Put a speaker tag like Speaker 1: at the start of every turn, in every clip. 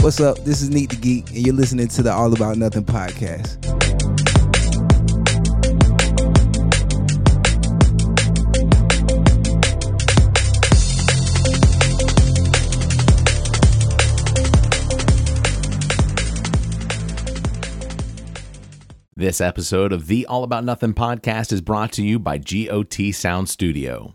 Speaker 1: What's up? This is Neat the Geek, and you're listening to the All About Nothing podcast.
Speaker 2: This episode of the All About Nothing podcast is brought to you by GOT Sound Studio.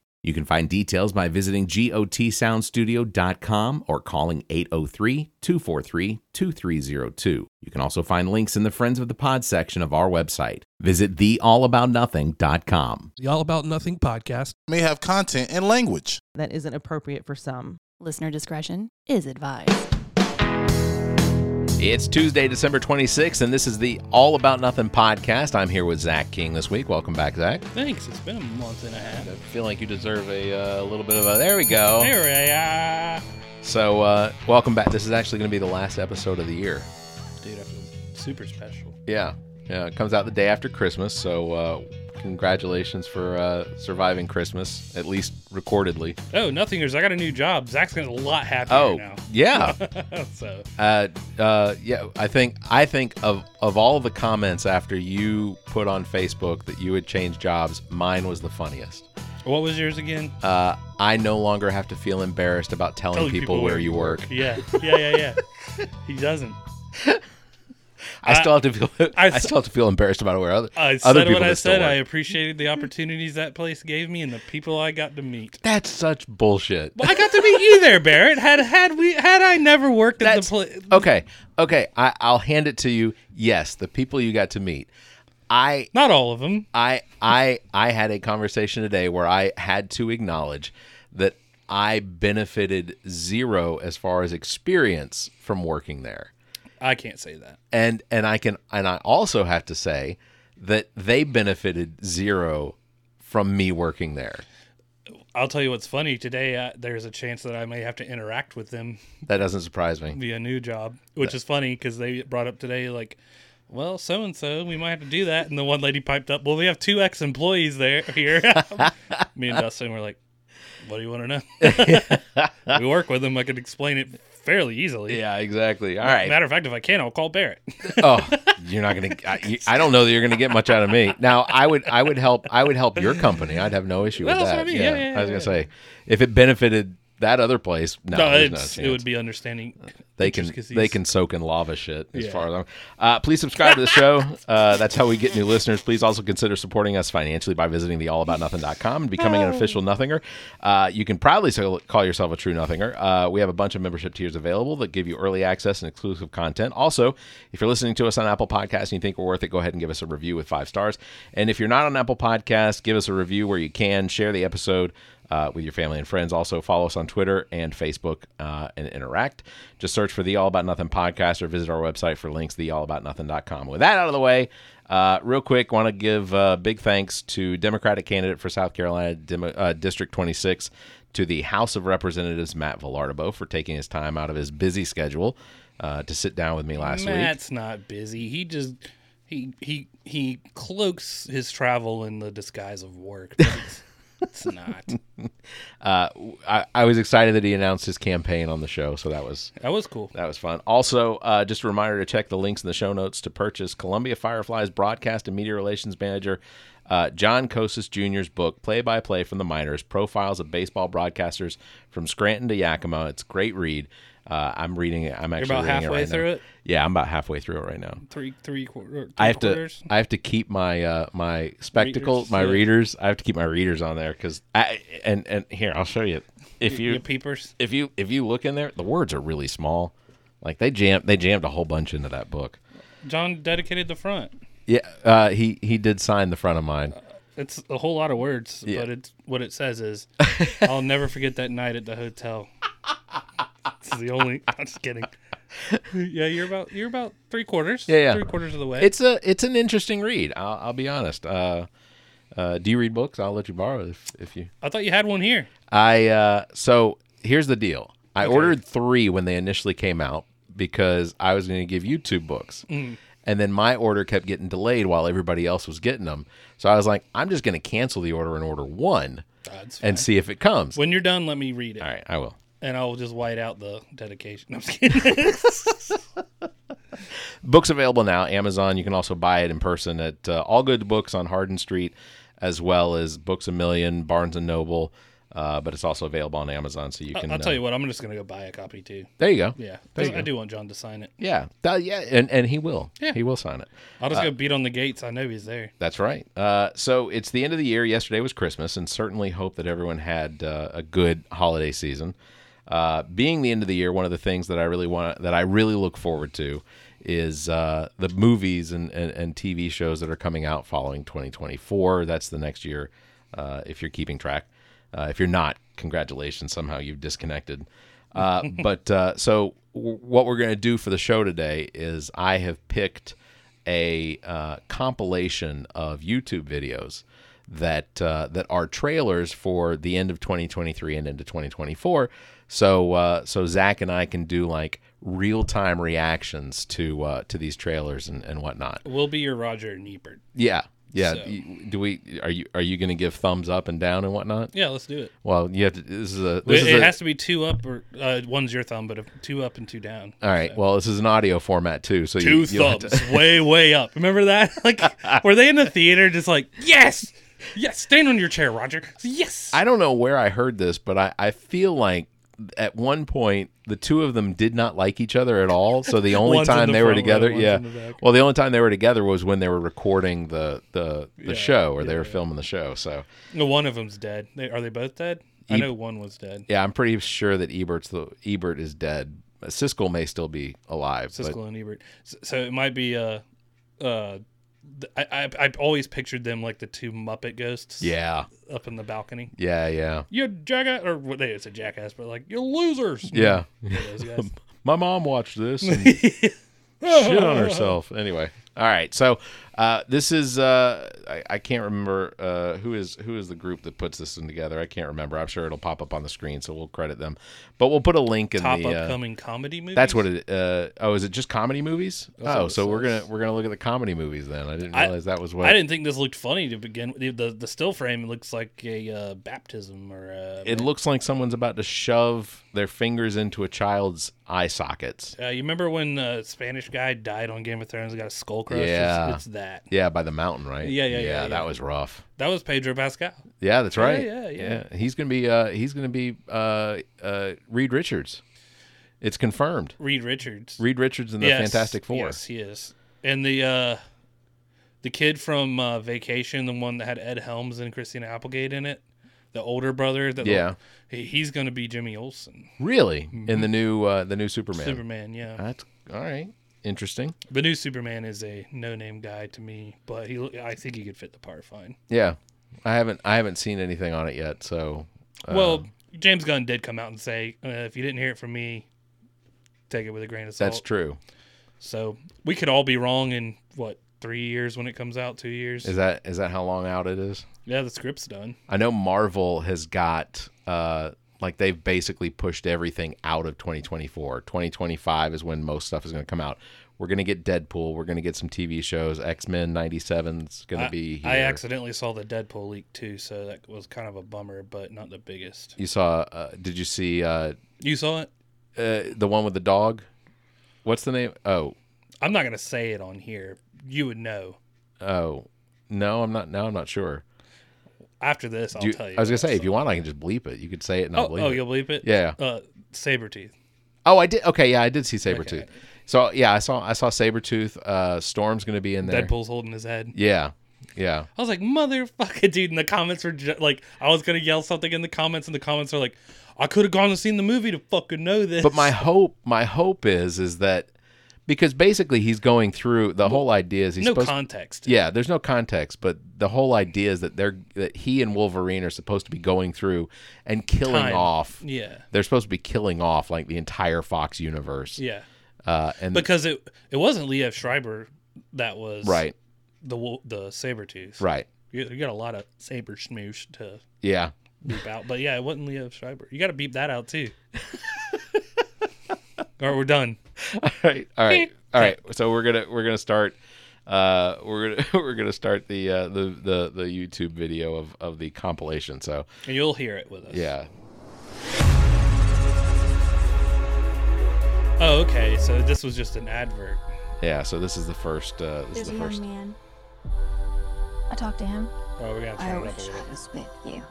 Speaker 2: You can find details by visiting gotsoundstudio.com or calling 803 243 2302. You can also find links in the Friends of the Pod section of our website. Visit theallaboutnothing.com.
Speaker 3: The All About Nothing podcast.
Speaker 4: may have content and language.
Speaker 5: that isn't appropriate for some.
Speaker 6: Listener discretion is advised.
Speaker 2: It's Tuesday, December 26th, and this is the All About Nothing podcast. I'm here with Zach King this week. Welcome back, Zach.
Speaker 3: Thanks. It's been a month and a
Speaker 2: I
Speaker 3: half.
Speaker 2: feel like you deserve a uh, little bit of a. There we go.
Speaker 3: There we
Speaker 2: So, uh, welcome back. This is actually going to be the last episode of the year.
Speaker 3: are. Dude, I feel super special.
Speaker 2: Yeah, yeah. It comes out the day after Christmas, so uh, congratulations for uh, surviving Christmas, at least recordedly.
Speaker 3: Oh, nothingers. I got a new job. Zach's gonna a lot happier
Speaker 2: Oh,
Speaker 3: now.
Speaker 2: yeah,
Speaker 3: so
Speaker 2: uh, uh, yeah. I think I think of of all the comments after you put on Facebook that you had changed jobs, mine was the funniest.
Speaker 3: what was yours again?
Speaker 2: Uh, I no longer have to feel embarrassed about telling, people, where you work.
Speaker 3: Yeah, yeah, yeah, yeah. he doesn't.
Speaker 2: I still have to feel I,
Speaker 3: I-
Speaker 2: still have to feel embarrassed about where other
Speaker 3: I
Speaker 2: other
Speaker 3: said
Speaker 2: people
Speaker 3: what I
Speaker 2: that still
Speaker 3: said. I
Speaker 2: work.
Speaker 3: appreciated the opportunities that place gave me and the people I got to meet.
Speaker 2: That's such bullshit.
Speaker 3: Well, I got to meet you there, Barrett. Had had we had I never worked at the
Speaker 2: That's
Speaker 3: place.
Speaker 2: okay. Okay, I, I'll hand it to you. Yes, the people you got to meet. I
Speaker 3: Not all of them.
Speaker 2: I I I had a conversation today where I had to acknowledge that I benefited zero as far as experience from working there.
Speaker 3: I can't say that.
Speaker 2: And and I can and I also have to say that they benefited zero from me working there.
Speaker 3: I'll tell you what's funny. Today, uh, there's a chance that I may have to interact with them
Speaker 2: That doesn't surprise me.
Speaker 3: via uh, new job, which is funny because they brought up today, like, well, so and so, we might have to do that. And the one lady piped up, well, we have two ex employees there here. Me and Dustin were like, what do you want to know? we work with them. I could explain it fairly easily.
Speaker 2: Yeah, exactly. All right.
Speaker 3: Matter of fact, if I can, I'll call Barrett.
Speaker 2: Oh, you're not gonna. I, you- I don't know that you're gonna get much out of me. Now, I would, I would help, I would help your company. I'd have no issue with
Speaker 3: Well, that's
Speaker 2: that.
Speaker 3: what I mean. Yeah, yeah,
Speaker 2: I was
Speaker 3: yeah,
Speaker 2: gonna say, if it benefited that other place, no,
Speaker 3: no,
Speaker 2: there's no
Speaker 3: it's,
Speaker 2: chance. Uh,
Speaker 3: it would be understanding.
Speaker 2: They can,
Speaker 3: intricacies.
Speaker 2: they can soak in lava shit. As
Speaker 3: Yeah.
Speaker 2: far as I'm, uh, please subscribe to the show. Uh, that's how we get new listeners. Please also consider supporting us financially by visiting the allaboutnothing.com and becoming an official nothinger. Uh, you can proudly so- call yourself a true nothinger. Uh, we have a bunch of membership tiers available that give you early access and exclusive content. Also, if you're listening to us on Apple Podcasts and you think we're worth it, go ahead and give us a review with five stars. And if you're not on Apple Podcasts, give us a review where you can share the episode. Uh, with your family and friends. Also, follow us on Twitter and Facebook uh, and interact. Just search for the All About Nothing podcast or visit our website for links, theallaboutnothing.com. With that out of the way, uh, real quick, want to give uh, big thanks to Democratic candidate for South Carolina Demo- uh, District 26 to the House of Representatives, Matt Villardibo, for taking his time out of his busy schedule uh, to sit down with me last week.
Speaker 3: Matt's not busy. He just he he he cloaks his travel in the disguise of work. but It's, it's not.
Speaker 2: Uh, I-, I was excited that he announced his campaign on the show, so that was
Speaker 3: That was cool.
Speaker 2: That was fun. Also, uh, just a reminder to check the links in the show notes to purchase Columbia Fireflies broadcast and media relations manager uh, John Kosis Jr.'s book, Play by Play from the Minors Profiles of Baseball Broadcasters from Scranton to Yakima. It's a great read. Uh, I'm reading it. I'm
Speaker 3: You're
Speaker 2: actually
Speaker 3: about
Speaker 2: reading
Speaker 3: halfway
Speaker 2: it right
Speaker 3: through
Speaker 2: now.
Speaker 3: it.
Speaker 2: Yeah, I'm about halfway through it right now.
Speaker 3: Three three, quar- or three
Speaker 2: I have
Speaker 3: quarters.
Speaker 2: to I have to keep my uh, my spectacle,
Speaker 3: Readers,
Speaker 2: my
Speaker 3: yeah.
Speaker 2: readers. I have to keep my readers on there because I and and here I'll show you if you
Speaker 3: Your peepers.
Speaker 2: if you if you look in there, the words are really small. Like they jammed they jammed a whole bunch into that book.
Speaker 3: John dedicated the front.
Speaker 2: Yeah, uh, he he did sign the front of mine.
Speaker 3: It's a whole lot of words,
Speaker 2: Yeah.
Speaker 3: but it's what it says is, "I'll never forget that night at the hotel." It's the only. I'm just kidding. Yeah, you're about you're about three quarters.
Speaker 2: Yeah, yeah.
Speaker 3: Three quarters of the way.
Speaker 2: It's a it's an interesting read. I'll, I'll be honest. Uh, Uh, do you read books? I'll let you borrow if, if you.
Speaker 3: I thought you had one here.
Speaker 2: I uh, so here's the deal. I ordered three when they initially came out because I was going to give you two books, and then my order kept getting delayed while everybody else was getting them. So I was like, I'm just going to cancel the order and order one and see if it comes.
Speaker 3: When you're done, let me read it,
Speaker 2: All right, I will.
Speaker 3: and I'll just white out the dedication. No, I'm just kidding.
Speaker 2: Books available now, Amazon. You can also buy it in person at uh, All Good Books on Hardin Street, as well as Books a Million, Barnes and Noble. Uh, but it's also available on Amazon, so you can.
Speaker 3: I'll
Speaker 2: uh,
Speaker 3: tell you what. I'm just gonna go buy a copy too.
Speaker 2: There you go.
Speaker 3: Yeah,
Speaker 2: There you
Speaker 3: I
Speaker 2: go.
Speaker 3: do want John to sign it.
Speaker 2: Yeah. That- yeah. And, and he will. Yeah. He will sign it.
Speaker 3: I'll just go beat on the gates. I know he's there.
Speaker 2: That's right. Uh, so it's the end of the year. Yesterday was Christmas, and certainly hope that everyone had uh, a good holiday season. Uh, being the end of the year, one of the things that I really want that I really look forward to is uh, the movies and, and, and TV shows that are coming out following 2024. That's the next year, uh, if you're keeping track. Uh, if you're not, congratulations. Somehow you've disconnected. Uh, but uh, so w- what we're going to do for the show today is I have picked a uh, compilation of YouTube videos that uh, that are trailers for the end of 2023 and into 2024. So uh, so Zach and I can do like real time reactions to uh, to these trailers and, and whatnot.
Speaker 3: We'll be your Roger Niebert.
Speaker 2: Yeah. Yeah,
Speaker 3: So-
Speaker 2: Y- do we? Are you are you going to give thumbs up and down and whatnot?
Speaker 3: Yeah, let's do it.
Speaker 2: Well, you have to. This is a. This
Speaker 3: It,
Speaker 2: is
Speaker 3: it
Speaker 2: a-
Speaker 3: has to be two up or uh, one's your thumb, but if two up and two down.
Speaker 2: all right. Well, this is an audio format too, so
Speaker 3: Two
Speaker 2: you, you'll have
Speaker 3: thumbs,
Speaker 2: to-
Speaker 3: way way up. Remember that? Like, were they in the theater just like yes, yes? Stand on your chair, Roger. Yes.
Speaker 2: I don't know where I heard this, but I, I feel like at one point the two of them did not like each other at all. So the only
Speaker 3: One's in
Speaker 2: time
Speaker 3: the
Speaker 2: they were
Speaker 3: front row,
Speaker 2: together,
Speaker 3: one's
Speaker 2: yeah.
Speaker 3: in the back.
Speaker 2: well, the only time they were together was when they were recording the the, the show or they were filming the show. So
Speaker 3: No, one of them's dead. They, are they both dead? I know one was dead.
Speaker 2: yeah, I'm pretty sure that Ebert's the Ebert is dead. Siskel may still be alive. but-
Speaker 3: Siskel and Ebert. So, so it might be. Uh, uh, th- I, I I always pictured them like the two Muppet ghosts.
Speaker 2: yeah,
Speaker 3: Up in the balcony.
Speaker 2: yeah, yeah,
Speaker 3: You jackass, or what they it's a jackass, but like you losers.
Speaker 2: yeah.
Speaker 3: Those guys.
Speaker 2: My mom watched this and shit on herself. Anyway, all right. So uh, this is uh, I, I can't remember uh, who is who is the group that puts this one together. I can't remember. I'm sure it'll pop up on the screen, so we'll credit them. But we'll put a link in
Speaker 3: Top
Speaker 2: the. Uh,
Speaker 3: upcoming comedy movie.
Speaker 2: that's what it. Uh, oh, is it just comedy movies?
Speaker 3: what
Speaker 2: Oh,
Speaker 3: it
Speaker 2: so we're
Speaker 3: says.
Speaker 2: gonna we're gonna look at the comedy movies then. I didn't
Speaker 3: I-
Speaker 2: realize that was what.
Speaker 3: I didn't think this looked funny to begin. with. The the, the still frame looks like a uh, baptism or uh, a,
Speaker 2: it looks like someone's about to shove their fingers into a child's eye sockets.
Speaker 3: uh, you remember when uh, Spanish guy died on Game of Thrones and got a skull crushed?
Speaker 2: Yeah.
Speaker 3: It's, it's that.
Speaker 2: Yeah, by the mountain, right?
Speaker 3: Yeah, yeah, yeah,
Speaker 2: yeah.
Speaker 3: yeah.
Speaker 2: That was rough.
Speaker 3: That was Pedro Pascal.
Speaker 2: Yeah, that's right.
Speaker 3: yeah, yeah.
Speaker 2: He's gonna be uh, he's gonna be uh, uh, Reed Richards. It's confirmed.
Speaker 3: Reed Richards.
Speaker 2: Reed Richards in the
Speaker 3: Yes,
Speaker 2: Fantastic Four.
Speaker 3: Yes, he is. And the uh the kid from uh, Vacation, the one that had Ed Helms and Christina Applegate in it, the older brother. That
Speaker 2: Yeah.
Speaker 3: he- he's going to be Jimmy Olsen,
Speaker 2: Really? In the new uh, the new Superman.
Speaker 3: Mm-hmm. Superman. Yeah,
Speaker 2: That's all right. Interesting.
Speaker 3: the new Superman is a no-name guy to me, but he I think he could fit the part fine.
Speaker 2: Yeah. I haven't I haven't seen anything on it yet, so uh,
Speaker 3: well, James Gunn did come out and say, uh, if you didn't hear it from me, take it with a grain of salt.
Speaker 2: that's true.
Speaker 3: So we could all be wrong in what three years when it comes out, two years.
Speaker 2: Is that is that how long out it is?
Speaker 3: yeah, the script's done.
Speaker 2: I know Marvel has got uh, like they've basically pushed everything out of 2024. 2025 is when most stuff is going to come out. We're going to get Deadpool. We're going to get some TV shows. X Men 97 is going
Speaker 3: I,
Speaker 2: to be here.
Speaker 3: I accidentally saw the Deadpool leak too, so that was kind of a bummer, but not the biggest.
Speaker 2: you saw? Uh, did you see uh,
Speaker 3: You saw it?
Speaker 2: uh, the one with the dog? What's the name? Oh,
Speaker 3: I'm not gonna say it on here. You would know.
Speaker 2: oh, no, I'm not. Now I'm not sure.
Speaker 3: After this, I'll
Speaker 2: Do you-
Speaker 3: tell you.
Speaker 2: I was going to
Speaker 3: what
Speaker 2: say if
Speaker 3: saw.
Speaker 2: you want, I can just bleep it. You could say it and I'll
Speaker 3: Oh,
Speaker 2: bleep
Speaker 3: oh,
Speaker 2: it.
Speaker 3: you'll bleep it.
Speaker 2: Yeah.
Speaker 3: Uh, Sabretooth.
Speaker 2: Oh, I did. Okay, yeah, I did see Sabretooooth. So yeah, I saw I saw Sabretooth. Uh, Storm's going to be in there.
Speaker 3: Deadpool's holding his head.
Speaker 2: Yeah. Yeah.
Speaker 3: I was like, motherfucker, dude. And the comments were ju- like, I was gonna yell something in the comments, and the comments are like, I could have gone and seen the movie to fucking know this.
Speaker 2: But my hope my hope is is that because basically he's going through the whole idea is he's
Speaker 3: no
Speaker 2: supposed
Speaker 3: context.
Speaker 2: Yeah, there's no context, but the whole idea is that they're that he and Wolverine are supposed to be going through and killing
Speaker 3: Time.
Speaker 2: off.
Speaker 3: Yeah.
Speaker 2: They're supposed to be killing off like the entire Fox universe.
Speaker 3: Yeah.
Speaker 2: Uh and
Speaker 3: Because it it wasn't Liev Schreiber that was
Speaker 2: right,
Speaker 3: the wo- the Sabretooth.
Speaker 2: right.
Speaker 3: You, you got a lot of Saber schmoosh to
Speaker 2: Yeah.
Speaker 3: beep out. But yeah, it wasn't Leo Schreiber. You got to beep that out too. All right, we're done.
Speaker 2: All right. All right. All right. So we're gonna we're gonna start. Uh, we're gonna we're gonna start the uh, the the the YouTube video of of the compilation. So
Speaker 3: And you'll hear it with us.
Speaker 2: yeah,
Speaker 3: Oh, okay. So this was just an advert.
Speaker 2: yeah. So this is the first. Uh,
Speaker 7: There's
Speaker 2: this is
Speaker 7: a
Speaker 2: the first.
Speaker 7: young man. I talked to him.
Speaker 3: Oh, we got to
Speaker 7: I
Speaker 3: turn it up a
Speaker 7: wish
Speaker 3: little.
Speaker 7: I was with you.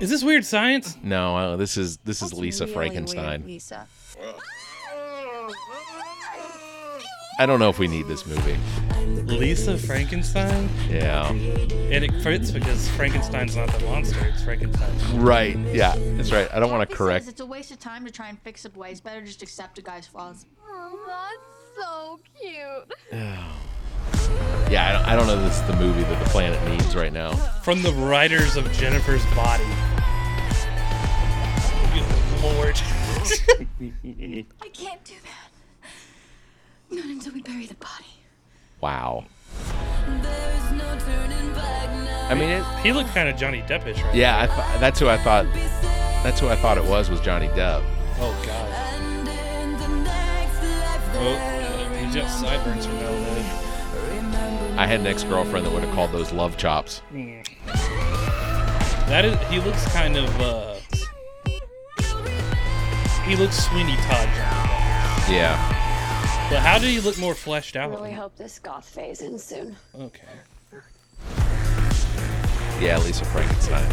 Speaker 3: Is this weird science?
Speaker 2: No, uh, this is this is
Speaker 7: That's
Speaker 2: Lisa
Speaker 7: really
Speaker 2: Frankenstein.
Speaker 7: weird, Lisa.
Speaker 2: I don't know if we need this movie.
Speaker 3: Lisa Frankenstein?
Speaker 2: Yeah.
Speaker 3: And it fits because Frankenstein's not the monster, it's Frankenstein.
Speaker 2: Right. Yeah. That's right. I don't want to
Speaker 8: He
Speaker 2: correct.
Speaker 8: Says it's a waste of time to try and fix up ways. better just accept a guy's flaws.
Speaker 9: That's so cute.
Speaker 2: Yeah. I don't, I don't know. If this is the movie that the planet needs right now.
Speaker 3: From the writers of Jennifer's Body. Good lord.
Speaker 8: I can't do that. Not until we bury the body.
Speaker 2: Wow. I mean, it,
Speaker 3: he looked kind of Johnny Deppish, right?
Speaker 2: yeah. I th- that's who I thought. That's who I thought it was. Was Johnny Depp.
Speaker 3: Oh, God. Oh, he's got sideburns from now on.
Speaker 2: I had an ex-girlfriend that would have called those love chops.
Speaker 3: That is, he looks kind of, uh. He looks Sweeney Todd.
Speaker 2: Yeah.
Speaker 3: But how did he look more fleshed out?
Speaker 9: Really hope this goth phase ends soon.
Speaker 3: Okay.
Speaker 2: Yeah. Lisa Frankenstein.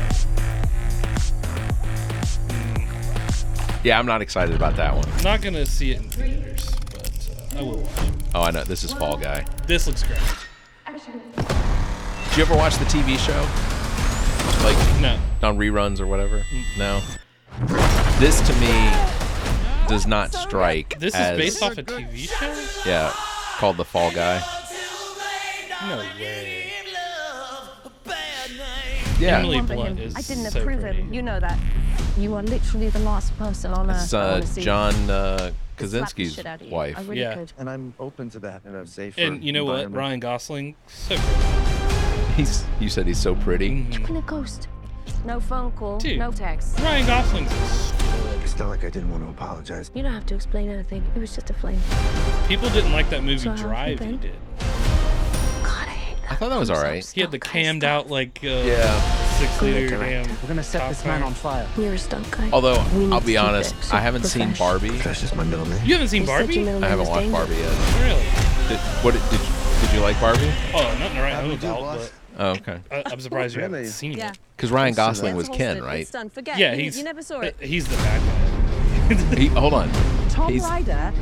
Speaker 2: Mm. Yeah, I'm not excited about that one.
Speaker 3: Not gonna see it in theaters, but uh, I will watch it.
Speaker 2: Oh, I know. This is Fall Guy.
Speaker 3: This looks great.
Speaker 2: Did you ever watch the TV show? Like
Speaker 3: No.
Speaker 2: on reruns or whatever? No. This to me does not strike.
Speaker 3: This
Speaker 2: as,
Speaker 3: is based off a TV show?
Speaker 2: Yeah, called the Fall Guy.
Speaker 3: No way.
Speaker 2: Yeah,
Speaker 3: Emily Blunt is
Speaker 10: I didn't
Speaker 3: so
Speaker 10: approve
Speaker 3: pretty.
Speaker 10: him. You know that.
Speaker 9: You are literally the last person on earth.
Speaker 2: it's
Speaker 9: I
Speaker 2: uh,
Speaker 9: wanna see.
Speaker 2: John uh,
Speaker 9: Slap the
Speaker 2: Kaczynski's
Speaker 9: shit out of you.
Speaker 2: wife.
Speaker 9: I really
Speaker 3: Yeah.
Speaker 9: could.
Speaker 10: And I'm open to that in a safer
Speaker 3: And you know what?
Speaker 10: environment.
Speaker 3: Ryan Gosling, so pretty.
Speaker 2: He's you said he's so pretty.
Speaker 9: Been a ghost.
Speaker 10: No phone call,
Speaker 3: Dude.
Speaker 10: no text.
Speaker 3: Ryan Gosling's is
Speaker 10: It's not like I didn't want to apologize.
Speaker 9: You don't have to explain anything. It was just a flame.
Speaker 3: People didn't like that movie
Speaker 9: So how have you
Speaker 3: Drive he
Speaker 9: been?
Speaker 3: did.
Speaker 9: God, I hate that.
Speaker 2: I thought that was all right.
Speaker 3: He had the cammed out like uh,
Speaker 2: Yeah.
Speaker 3: six liter damn.
Speaker 10: We're gonna set
Speaker 3: Top
Speaker 10: this man
Speaker 3: car.
Speaker 10: on fire.
Speaker 9: You're a stunt guy.
Speaker 2: Although
Speaker 9: We need
Speaker 2: I'll
Speaker 9: to
Speaker 2: be
Speaker 9: keep
Speaker 2: honest,
Speaker 9: it
Speaker 2: I haven't seen
Speaker 9: professional.
Speaker 2: Barbie.
Speaker 10: That's just my middle name.
Speaker 3: You haven't seen
Speaker 9: You said
Speaker 3: Barbie?
Speaker 9: your middle
Speaker 2: I
Speaker 9: name
Speaker 2: haven't
Speaker 9: was
Speaker 2: watched
Speaker 9: Danger.
Speaker 2: Barbie yet.
Speaker 3: Really?
Speaker 2: Did, what did you, did you like Barbie?
Speaker 3: Oh, nothing to write home about,
Speaker 10: boss.
Speaker 2: Oh, okay.
Speaker 3: but I, I'm surprised you haven't
Speaker 10: Really?
Speaker 3: seen
Speaker 11: Yeah.
Speaker 3: it.
Speaker 2: Because Ryan Gosling was Ken, right?
Speaker 11: Forget.
Speaker 3: Yeah,
Speaker 11: you,
Speaker 3: he's
Speaker 11: you never saw it.
Speaker 3: uh, He's the bad
Speaker 2: He, hold on.
Speaker 11: Tom
Speaker 2: he's-
Speaker 11: Ryder,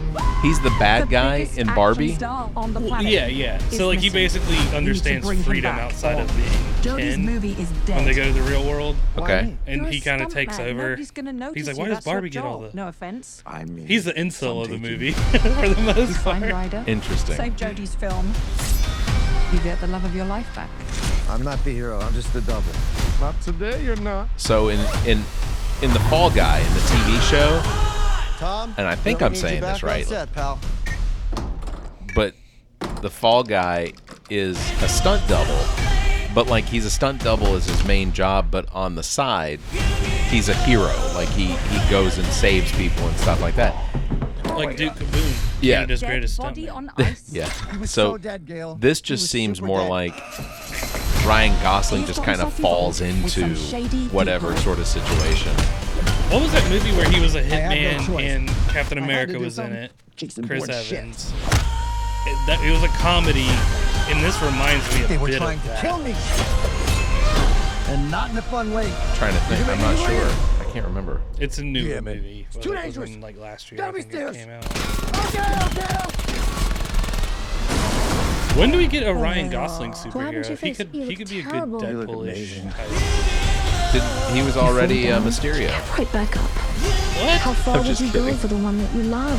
Speaker 2: He's the bad
Speaker 11: the
Speaker 2: guy
Speaker 11: biggest
Speaker 2: in
Speaker 11: action
Speaker 2: Barbie.
Speaker 11: star on the
Speaker 3: guy.
Speaker 11: planet.
Speaker 3: Yeah, yeah. So like he basically understands
Speaker 11: bring him
Speaker 3: freedom
Speaker 11: back.
Speaker 3: outside of being
Speaker 11: Jody's
Speaker 3: Ken
Speaker 11: movie is
Speaker 3: when they
Speaker 11: dead.
Speaker 3: go to the real world.
Speaker 2: Okay.
Speaker 3: and
Speaker 11: You're
Speaker 3: he
Speaker 11: a
Speaker 3: kind of
Speaker 11: stunt
Speaker 3: takes
Speaker 11: man.
Speaker 3: over.
Speaker 11: Nobody's gonna notice
Speaker 3: He's like,
Speaker 11: you.
Speaker 3: "Why does
Speaker 11: That's your
Speaker 3: Barbie get all
Speaker 11: job."
Speaker 3: the-"
Speaker 11: No offense.
Speaker 10: I mean,
Speaker 3: He's the incel of the movie for the most
Speaker 11: Find
Speaker 3: part.
Speaker 11: Ryder.
Speaker 2: Interesting.
Speaker 11: Save Jodie's film. You get the love of your life back.
Speaker 10: I'm not the hero. I'm just the double. Not today, you're not.
Speaker 2: So in in in the Fall Guy in the TV show,
Speaker 10: Tom.
Speaker 2: And I think
Speaker 10: don't
Speaker 2: I'm
Speaker 10: need you
Speaker 2: saying this
Speaker 10: back on
Speaker 2: right.
Speaker 10: set, pal.
Speaker 2: but the Fall Guy is a stunt double. But like he's a stunt double is his main job, but on the side, he's a hero. Like he he goes and saves people and stuff like that.
Speaker 3: Like Duke Kaboom.
Speaker 2: Yeah.
Speaker 3: Canada's greatest
Speaker 11: body
Speaker 3: stuntman.
Speaker 11: on ice.
Speaker 2: Yeah.
Speaker 10: was
Speaker 2: So
Speaker 10: so dead, Gail.
Speaker 2: this
Speaker 10: He
Speaker 2: just
Speaker 10: was
Speaker 2: seems
Speaker 10: super
Speaker 2: more
Speaker 10: dead.
Speaker 2: like Ryan Gosling just kind of falls into whatever sort of situation.
Speaker 3: What was that movie where he was a
Speaker 10: had no
Speaker 3: hitman
Speaker 10: choice.
Speaker 3: and
Speaker 10: had
Speaker 3: Captain
Speaker 10: to
Speaker 3: America
Speaker 10: do
Speaker 3: was in
Speaker 10: something.
Speaker 3: it?
Speaker 10: Jason
Speaker 3: Chris
Speaker 10: Bourne shit.
Speaker 3: Evans. It, that, it was a comedy, and this reminds me a
Speaker 10: They were
Speaker 3: bit
Speaker 10: trying
Speaker 3: of
Speaker 10: to
Speaker 3: that.
Speaker 10: kill me, and not in a fun way.
Speaker 2: trying to think. I'm not sure. I can't remember.
Speaker 3: It's a new
Speaker 10: Yeah, man.
Speaker 3: movie.
Speaker 10: too
Speaker 3: Well, it was
Speaker 10: dangerous.
Speaker 3: in, like last year. I
Speaker 10: Gotta be
Speaker 3: think it
Speaker 10: serious.
Speaker 3: came out. When do we get
Speaker 10: Oh,
Speaker 3: a Ryan Gosling
Speaker 9: haven't
Speaker 3: superhero?
Speaker 9: you
Speaker 3: He
Speaker 9: faced-
Speaker 3: could
Speaker 9: you
Speaker 3: he
Speaker 9: look
Speaker 3: could be a good
Speaker 9: terrible. You
Speaker 10: look
Speaker 3: Deadpool-ish
Speaker 10: amazing.
Speaker 3: type.
Speaker 2: Didn't, he was already uh, Mysterio.
Speaker 9: Right back up. How
Speaker 3: What?
Speaker 9: far would
Speaker 2: just
Speaker 9: you
Speaker 2: kidding.
Speaker 9: go for the one that you love?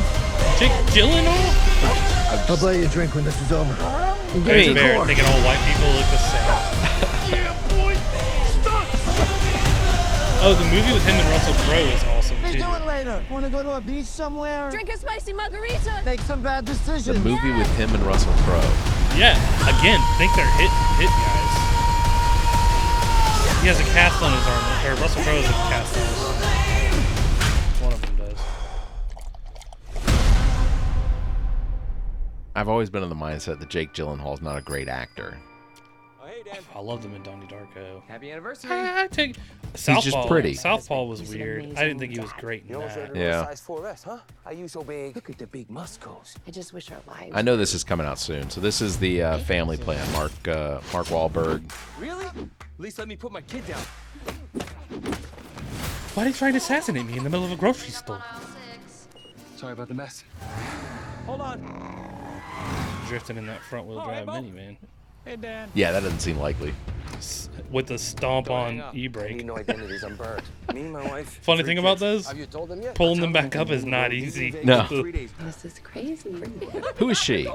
Speaker 3: Jake Gyllenhaal?
Speaker 10: I'll buy you a drink when this is over.
Speaker 3: Hey, Barrett thinking all white people look the same. Oh, the movie with him and Russell Crowe is awesome too.
Speaker 10: later. dinner? Want to go to a beach somewhere?
Speaker 8: Drink a spicy margarita.
Speaker 10: Make some bad decisions.
Speaker 2: The movie with him and Russell Crowe.
Speaker 3: Yeah, again, think they're hit hit guys. He has a cast on his arm, or Russell Crowe has a cast on his One of them does.
Speaker 2: I've always been of the mindset that Jake Gyllenhaal's not a great actor.
Speaker 3: I loved him in Donnie Darko.
Speaker 10: Happy anniversary.
Speaker 3: I, I take
Speaker 2: just pretty.
Speaker 3: Southpaw was weird. I didn't think he was great in that.
Speaker 2: Yeah.
Speaker 10: Look at the big muscles.
Speaker 8: I just wish our lives.
Speaker 2: I know this is coming out soon. So this is the uh, family plan. Mark uh, Mark Wahlberg.
Speaker 10: Really? At least let me put my kid down.
Speaker 3: Why did he try to assassinate me in the middle of a grocery store?
Speaker 10: Sorry about the mess. Hold on.
Speaker 3: Drifting in that front wheel drive minivan
Speaker 10: Hey, Dan.
Speaker 2: Yeah, that doesn't seem likely.
Speaker 3: S- with a stomp on e-brake.
Speaker 10: no identities. I'm burned. Me and my wife.
Speaker 3: Funny thing about those,
Speaker 10: told them yet?
Speaker 3: pulling them back up is not easy.
Speaker 2: No.
Speaker 8: This is crazy.
Speaker 2: Who is she?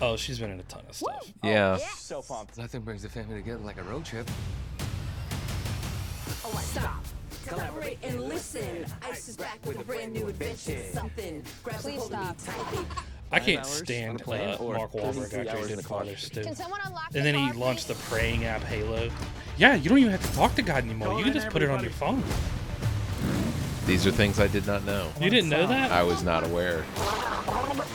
Speaker 3: Oh, she's been in a ton of stuff.
Speaker 2: Yeah.
Speaker 10: Nothing brings the family together like a road trip.
Speaker 8: Stop. Collaborate and listen. Ice is back with a brand new adventure. Something. Grab Please stop.
Speaker 3: I can't stand uh, Mark Wahlberg after he did Father Stew. And then he launched the praying app Halo. Yeah, you don't even have to talk to God anymore. You can just put it on your phone.
Speaker 2: These are things I did not know.
Speaker 3: You didn't know that?
Speaker 2: I was not aware.
Speaker 3: I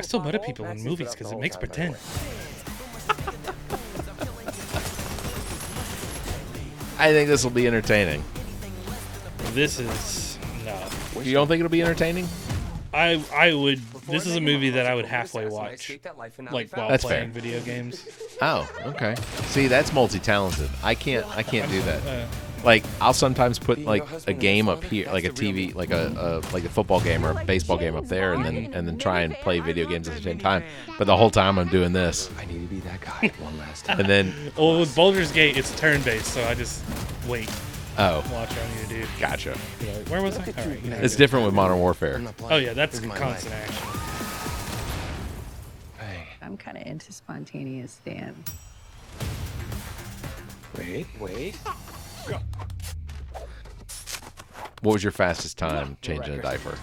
Speaker 3: still murder people in movies because it makes pretend.
Speaker 2: I think this will be entertaining.
Speaker 3: This is no.
Speaker 2: You don't think it'll be entertaining?
Speaker 3: I I would. This is a movie that I would halfway watch, like while
Speaker 2: That's
Speaker 3: playing
Speaker 2: fair.
Speaker 3: video games.
Speaker 2: Oh, okay. See, that's multi-talented. I can't. I can't do that. Like, I'll sometimes put like a game up here, like a TV, like a, a like a football game or a baseball game up there, and then and then try and play video games at the same time. But the whole time I'm doing this,
Speaker 10: I need to be that guy one last time.
Speaker 2: and then
Speaker 3: Well, with Baldur's Gate, it's turn based, so I just wait,
Speaker 2: oh,
Speaker 3: watch what I need to do.
Speaker 2: gotcha.
Speaker 3: You know, where was I? All right, you know,
Speaker 2: It's different with Modern Warfare.
Speaker 3: oh yeah, that's
Speaker 10: my
Speaker 3: constant action.
Speaker 10: Hey,
Speaker 11: I'm kind of into spontaneous dance.
Speaker 10: wait, wait.
Speaker 2: What was your fastest time changing a diaper?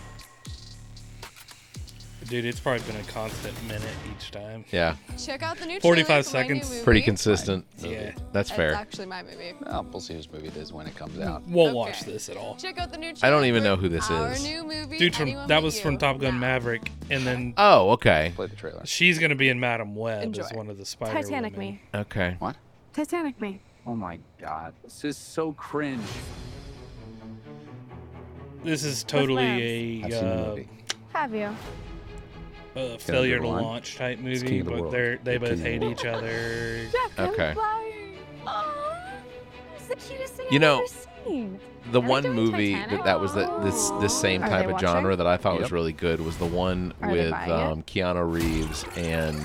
Speaker 3: Dude, it's probably been a constant minute each time.
Speaker 2: Yeah,
Speaker 12: Check out the new
Speaker 3: 45
Speaker 12: trailer for my new
Speaker 3: seconds.
Speaker 12: movie.
Speaker 2: pretty consistent.
Speaker 3: Yeah.
Speaker 2: that's
Speaker 12: That's
Speaker 2: fair.
Speaker 12: actually my movie.
Speaker 13: we'll see whose movie it is when it comes out.
Speaker 3: Won't
Speaker 12: Okay.
Speaker 3: watch this at all.
Speaker 12: Check out the new.
Speaker 2: I don't even
Speaker 12: trailer
Speaker 2: know who this
Speaker 12: for our
Speaker 2: is.
Speaker 12: new movie,
Speaker 3: Dude, from
Speaker 12: Anyone
Speaker 3: that
Speaker 12: But
Speaker 3: was from
Speaker 12: You.
Speaker 3: Top Gun Maverick, and then
Speaker 2: Oh, okay,
Speaker 13: Play the trailer.
Speaker 3: she's gonna be in Madam Web
Speaker 12: Enjoy.
Speaker 3: as one of the spider.
Speaker 7: Titanic
Speaker 3: women.
Speaker 7: me.
Speaker 2: okay.
Speaker 9: Titanic me.
Speaker 13: Oh my god, this is so cringe.
Speaker 3: This is totally
Speaker 13: I've
Speaker 3: a
Speaker 13: seen the
Speaker 3: uh,
Speaker 13: movie.
Speaker 7: Have you?
Speaker 3: uh, failure to
Speaker 13: Line.
Speaker 3: launch type
Speaker 13: King
Speaker 3: movie,
Speaker 13: of the
Speaker 3: but
Speaker 13: World.
Speaker 3: they're they
Speaker 13: You're
Speaker 3: both
Speaker 13: King of
Speaker 3: hate
Speaker 13: the
Speaker 3: each other.
Speaker 2: Okay.
Speaker 7: Oh, it's the cutest thing
Speaker 2: You
Speaker 7: I've
Speaker 2: know,
Speaker 7: ever seen.
Speaker 2: The
Speaker 7: Are they
Speaker 2: one
Speaker 7: doing
Speaker 2: movie that,
Speaker 7: Titanic?
Speaker 2: that was the, this this same
Speaker 12: Are
Speaker 2: type
Speaker 12: they
Speaker 2: of
Speaker 12: watching?
Speaker 2: genre that I thought was
Speaker 13: Yep.
Speaker 2: really good was the one
Speaker 12: Are they
Speaker 2: with
Speaker 12: buying it?
Speaker 2: um, Keanu Reeves and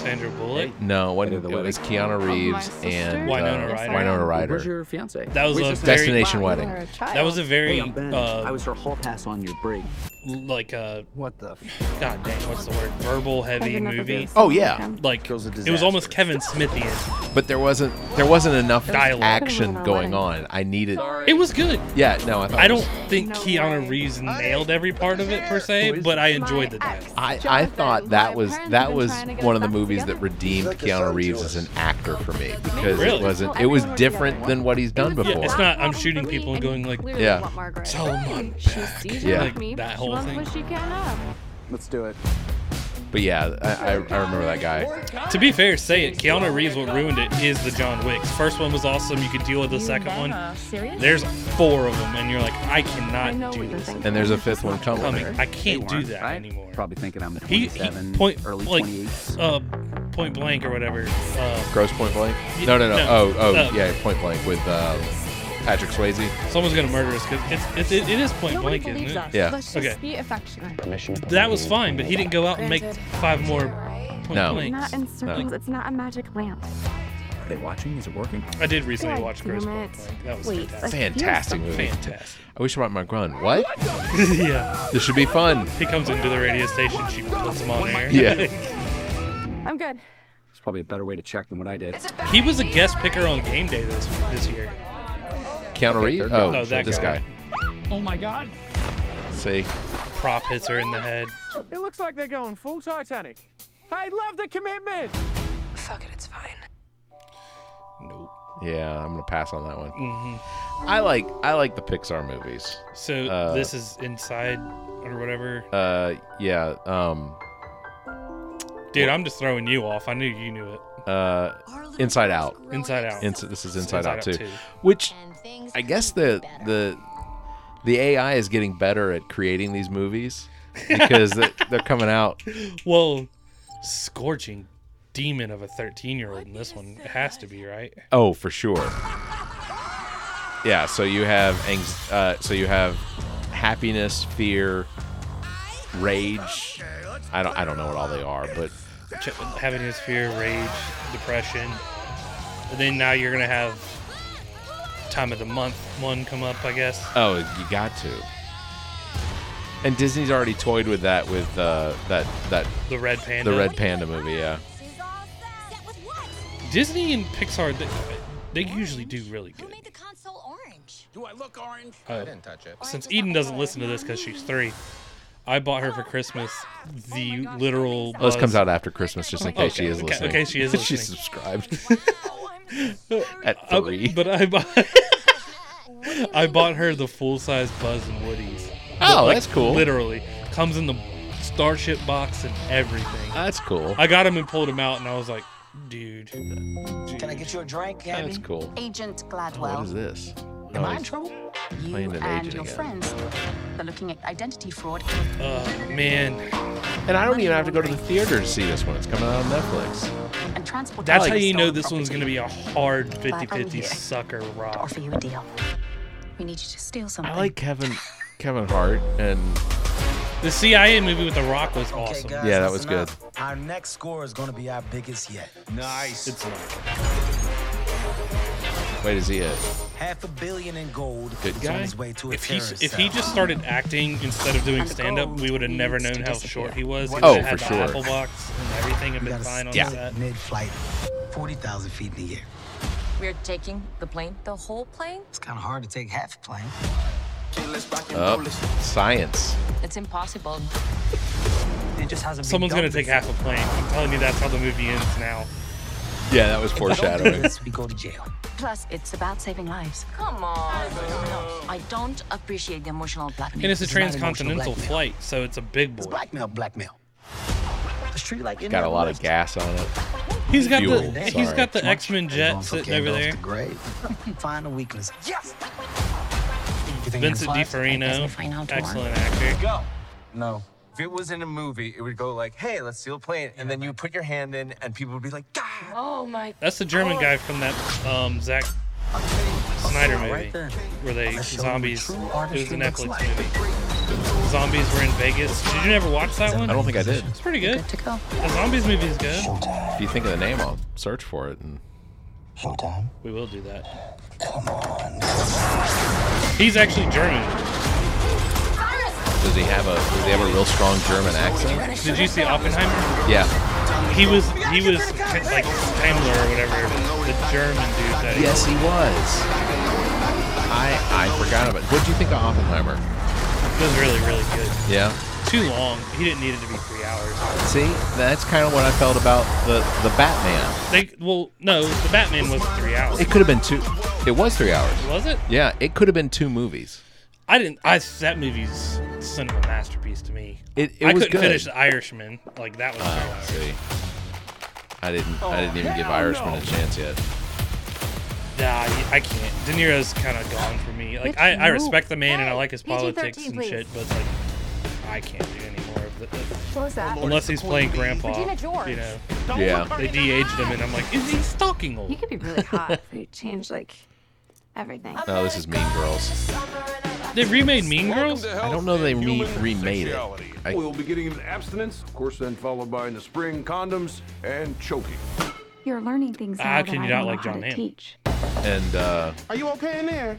Speaker 3: Sandra Bullock.
Speaker 2: no, what
Speaker 13: End
Speaker 2: it
Speaker 13: of the
Speaker 2: was
Speaker 13: Wedding.
Speaker 2: Keanu Reeves
Speaker 12: Sister?
Speaker 2: and
Speaker 3: Winona
Speaker 2: uh,
Speaker 3: Ryder.
Speaker 2: Winona Ryder.
Speaker 13: Where's your fiance?
Speaker 3: That was
Speaker 13: Where's
Speaker 3: a
Speaker 13: the
Speaker 3: very-
Speaker 2: Destination
Speaker 12: Wow, you
Speaker 2: Wedding.
Speaker 12: are a child.
Speaker 3: That was a very
Speaker 13: Hey, I'm Ben. I
Speaker 3: uh,
Speaker 13: was her hall pass on your break.
Speaker 3: like uh,
Speaker 10: What the? F-
Speaker 3: god dang, what's the word? Verbal heavy movie.
Speaker 2: Oh yeah,
Speaker 3: Like
Speaker 10: Girl's a
Speaker 3: it was almost Kevin Smithian.
Speaker 2: but there wasn't there wasn't enough
Speaker 3: Dialogue.
Speaker 2: action going on. I needed.
Speaker 3: It was good.
Speaker 2: Yeah, no, I thought
Speaker 3: I
Speaker 2: it was-
Speaker 3: don't think Keanu Reeves nailed every part of it per se, but I enjoyed the dialogue.
Speaker 2: I, I
Speaker 12: Jonathan,
Speaker 2: thought
Speaker 12: my
Speaker 2: that was
Speaker 12: parents have
Speaker 2: that
Speaker 12: been
Speaker 2: was
Speaker 12: trying to get
Speaker 2: one
Speaker 12: us
Speaker 2: of the
Speaker 12: back
Speaker 2: movies that
Speaker 12: together.
Speaker 2: redeemed Keanu Reeves as an actor for me because
Speaker 3: Really?
Speaker 2: it wasn't
Speaker 12: Well,
Speaker 2: it was
Speaker 12: everyone was
Speaker 2: different
Speaker 12: together.
Speaker 2: than what he's done
Speaker 3: Yeah,
Speaker 2: before.
Speaker 3: it's not I'm shooting people and going like
Speaker 2: Yeah.
Speaker 3: "Tell my back."
Speaker 2: Yeah.
Speaker 3: Like, that whole thing.
Speaker 13: Let's do it.
Speaker 2: But yeah, I, I, I remember that guy.
Speaker 3: To be fair, say it. Keanu Reeves, what ruined it is the John Wicks. First one was awesome. You could deal with the second one.
Speaker 12: Serious?
Speaker 3: There's four of them, and you're like, I cannot
Speaker 9: Oh,
Speaker 3: do this.
Speaker 2: And there's a fifth one coming.
Speaker 3: Coming. I can't do
Speaker 13: weren't,
Speaker 3: that
Speaker 13: right?
Speaker 3: anymore.
Speaker 13: Probably thinking I'm
Speaker 3: He, he
Speaker 13: 27,
Speaker 3: point
Speaker 13: early
Speaker 3: like
Speaker 13: 28s.
Speaker 3: uh point blank or whatever. Uh,
Speaker 2: Gross Point Blank? No, no, no.
Speaker 3: No.
Speaker 2: Oh, oh,
Speaker 3: No.
Speaker 2: yeah, Point Blank with uh, Patrick Swayze.
Speaker 3: someone's gonna murder us because it's, it's it, it is point
Speaker 12: Nobody
Speaker 3: blank,
Speaker 12: believes
Speaker 3: isn't
Speaker 12: us.
Speaker 3: it?
Speaker 2: Yeah.
Speaker 12: Let's
Speaker 3: Okay.
Speaker 12: just be affectionate.
Speaker 3: That was fine, but he didn't go out and make
Speaker 12: Granted.
Speaker 3: five more point
Speaker 2: No.
Speaker 3: blanks.
Speaker 9: in circles. It's not a magic lamp.
Speaker 13: Are they watching? Is it working?
Speaker 3: I did recently
Speaker 9: God
Speaker 3: watch Gross
Speaker 9: damn
Speaker 3: Point
Speaker 9: it.
Speaker 3: Blank. That was
Speaker 9: Wait,
Speaker 3: fantastic.
Speaker 2: Fantastic movie.
Speaker 3: Fantastic.
Speaker 2: I wish I might my gun. What?
Speaker 3: yeah.
Speaker 2: This should be fun.
Speaker 3: He comes into the radio station. She puts him on air.
Speaker 2: Yeah.
Speaker 9: I'm good.
Speaker 13: It's probably a better way to check than what I did.
Speaker 3: He was a guest picker on Game Day this this year.
Speaker 2: Keanu Reeves?
Speaker 3: they're
Speaker 2: Oh,
Speaker 3: gone. Oh, that
Speaker 2: this
Speaker 3: guy.
Speaker 2: guy.
Speaker 12: Oh my god.
Speaker 2: See,
Speaker 3: Prop hits her in the head.
Speaker 12: It looks like they're going full Titanic. I love the commitment. Fuck it, it's fine.
Speaker 2: yeah, I'm gonna pass on that one. I like I like the Pixar movies.
Speaker 3: So
Speaker 2: Uh,
Speaker 3: this is inside or whatever.
Speaker 2: Uh, yeah. Um,
Speaker 3: Dude, I'm just throwing you off. I knew you knew it.
Speaker 2: uh, Inside Out.
Speaker 3: Inside Out.
Speaker 2: Ins- this is Inside,
Speaker 3: Inside
Speaker 2: Out,
Speaker 3: Out
Speaker 2: too.
Speaker 3: too.
Speaker 2: Which I guess the the the AI is getting better at creating these movies because they- they're coming out.
Speaker 3: Well, scorching demon of a 13 year old in this one it has to be right.
Speaker 2: Oh, for sure. Yeah. So you have anx- uh, So you have happiness, fear, rage. I don't. I don't know what all they are, but
Speaker 3: Ch- having his fear, rage, depression, and then now you're gonna have time of the month one come up, I guess.
Speaker 2: Oh, you got to. And Disney's already toyed with that with uh, that that
Speaker 3: The Red Panda.
Speaker 2: the Red Panda movie. Yeah,
Speaker 3: Disney and Pixar, they, they usually do really good.
Speaker 8: Do I look orange?
Speaker 3: Uh, Since Eden doesn't listen to this because she's three, I bought her for Christmas the
Speaker 2: well,
Speaker 3: literal.
Speaker 2: Oh, this
Speaker 3: Buzz-
Speaker 2: comes out after Christmas, just in case
Speaker 3: Okay,
Speaker 2: she is
Speaker 3: okay,
Speaker 2: listening.
Speaker 3: okay, she is
Speaker 2: She's
Speaker 3: listening.
Speaker 2: subscribed at
Speaker 3: Uh,
Speaker 2: three.
Speaker 3: but I bought. I bought her the full size Buzz and Woody's.
Speaker 2: Oh, that's cool.
Speaker 3: Literally comes in the starship box and everything.
Speaker 2: That's cool.
Speaker 3: I got him and pulled him out, and I was like, dude.
Speaker 14: Can I get you a drink, Gabby?
Speaker 2: That's cool.
Speaker 14: Agent
Speaker 2: what is this?
Speaker 14: Am
Speaker 2: No,
Speaker 14: I in
Speaker 2: it's-
Speaker 14: trouble? You
Speaker 2: Playing an
Speaker 14: and
Speaker 2: agent
Speaker 14: your
Speaker 2: again.
Speaker 14: friends are looking at identity fraud.
Speaker 3: Oh, man.
Speaker 2: And I don't even have to go to the theater to see this one. It's coming out on Netflix.
Speaker 14: And transport.
Speaker 3: That's how you know this one's going to be a hard 50 50
Speaker 14: here
Speaker 3: sucker rock.
Speaker 14: offer you a deal. We need you to steal something.
Speaker 2: I like Kevin Kevin Hart and
Speaker 3: The CIA movie with The Rock was awesome.
Speaker 2: yeah, that was good.
Speaker 15: Our next score is going to be our biggest yet. Nice.
Speaker 3: It's not.
Speaker 2: Wait, is he it?
Speaker 15: Half a billion in gold.
Speaker 2: Good
Speaker 15: is
Speaker 2: guy?
Speaker 15: On his way to a
Speaker 3: If he,
Speaker 15: terrorist
Speaker 3: if he
Speaker 15: cell.
Speaker 3: just started acting instead of doing stand up, we would have never known how short he was. He
Speaker 2: Oh,
Speaker 3: would've had
Speaker 2: for
Speaker 3: the
Speaker 2: sure.
Speaker 3: Apple box and everything had
Speaker 15: We
Speaker 3: been
Speaker 15: gotta
Speaker 3: fine on
Speaker 15: stop
Speaker 3: set.
Speaker 15: Mid-flight, forty thousand feet in the air.
Speaker 16: We're taking the plane, the whole plane?
Speaker 15: It's kind of hard to take half a plane.
Speaker 2: Oh, science.
Speaker 16: It's impossible.
Speaker 15: It just hasn't.
Speaker 3: Someone's
Speaker 15: been
Speaker 3: going
Speaker 15: done
Speaker 3: to take
Speaker 15: before.
Speaker 3: half a plane. I'm telling you, that's how the movie ends now.
Speaker 2: Yeah, that was
Speaker 15: If we don't do
Speaker 2: foreshadowing.
Speaker 15: this, we go to jail.
Speaker 14: Plus, it's about saving lives.
Speaker 16: Come on.
Speaker 14: I don't appreciate the emotional blackmail.
Speaker 3: And it's a
Speaker 15: It's not emotional
Speaker 3: transcontinental
Speaker 15: blackmail.
Speaker 3: flight, so it's a big boy.
Speaker 15: Blackmail, blackmail. Let's treat it like
Speaker 2: Got a lot of gas on it.
Speaker 3: He's got
Speaker 2: Fuel,
Speaker 3: the he's
Speaker 2: sorry.
Speaker 3: got the X Men jet sitting over there.
Speaker 15: Great. Find a weakness. Yes.
Speaker 3: Vincent DiFerino, excellent actor.
Speaker 17: Go. No. If it was in a movie, it would go like, "Hey, let's steal a plane," and then you would put your hand in, and people would be like, "God."
Speaker 16: Oh my.
Speaker 3: That's the German guy from that um, Zack Snyder movie where they zombies. It was a Netflix movie. Zombies were in Vegas. Did you never watch that one?
Speaker 2: I don't think I did.
Speaker 3: It's pretty good. The zombies movie is good.
Speaker 2: If you think of the name, I'll search for it. And
Speaker 15: Showtime.
Speaker 3: We will do that. He's actually German.
Speaker 2: does he have a does he have a real strong German accent?
Speaker 3: Did you see Oppenheimer?
Speaker 2: Yeah.
Speaker 3: He was he was like Daimler or whatever, the German dude that
Speaker 2: Yes, he was. I I forgot about. What do you think of Oppenheimer?
Speaker 3: It was really really good.
Speaker 2: Yeah.
Speaker 3: Too long. He didn't need it to be three hours.
Speaker 2: See, that's kind of what I felt about the the Batman.
Speaker 3: They well no, the Batman was three hours.
Speaker 2: It could have been two. It was three hours.
Speaker 3: Was it?
Speaker 2: Yeah, it could have been two movies.
Speaker 3: I didn't. I that movie's cinema masterpiece to me.
Speaker 2: It- it
Speaker 3: I
Speaker 2: was
Speaker 3: couldn't
Speaker 2: good.
Speaker 3: finish The Irishman. Like that was.
Speaker 2: Oh, see, I didn't I didn't even give
Speaker 3: hell
Speaker 2: Irishman
Speaker 3: no.
Speaker 2: a chance yet.
Speaker 3: Nah, y- I can't. De Niro's kind of gone for me. Like
Speaker 18: Which
Speaker 3: I, I
Speaker 18: rule?
Speaker 3: respect the man and I like his
Speaker 18: PG-13,
Speaker 3: politics and
Speaker 18: please.
Speaker 3: shit, but like I can't do anymore. Of the,
Speaker 18: What was that?
Speaker 3: Unless he's playing grandpa,
Speaker 18: Regina George.
Speaker 3: you know.
Speaker 2: Don't Yeah. look her
Speaker 3: They de-aged him, and I'm like, is he stalking old?
Speaker 18: You could be really hot if you change like everything.
Speaker 2: No, this is Mean Girls.
Speaker 3: They remade Mean Girls.
Speaker 2: I don't know they re- remade it. I-
Speaker 19: We'll be getting an abstinence, of course, then followed by in the spring condoms and choking.
Speaker 9: You're learning things now
Speaker 19: Ah,
Speaker 9: that
Speaker 19: can
Speaker 9: I
Speaker 19: you not
Speaker 9: don't know
Speaker 19: like
Speaker 9: how
Speaker 19: John
Speaker 9: to
Speaker 19: Hamm?
Speaker 9: teach.
Speaker 2: and uh,
Speaker 9: Are you okay in there?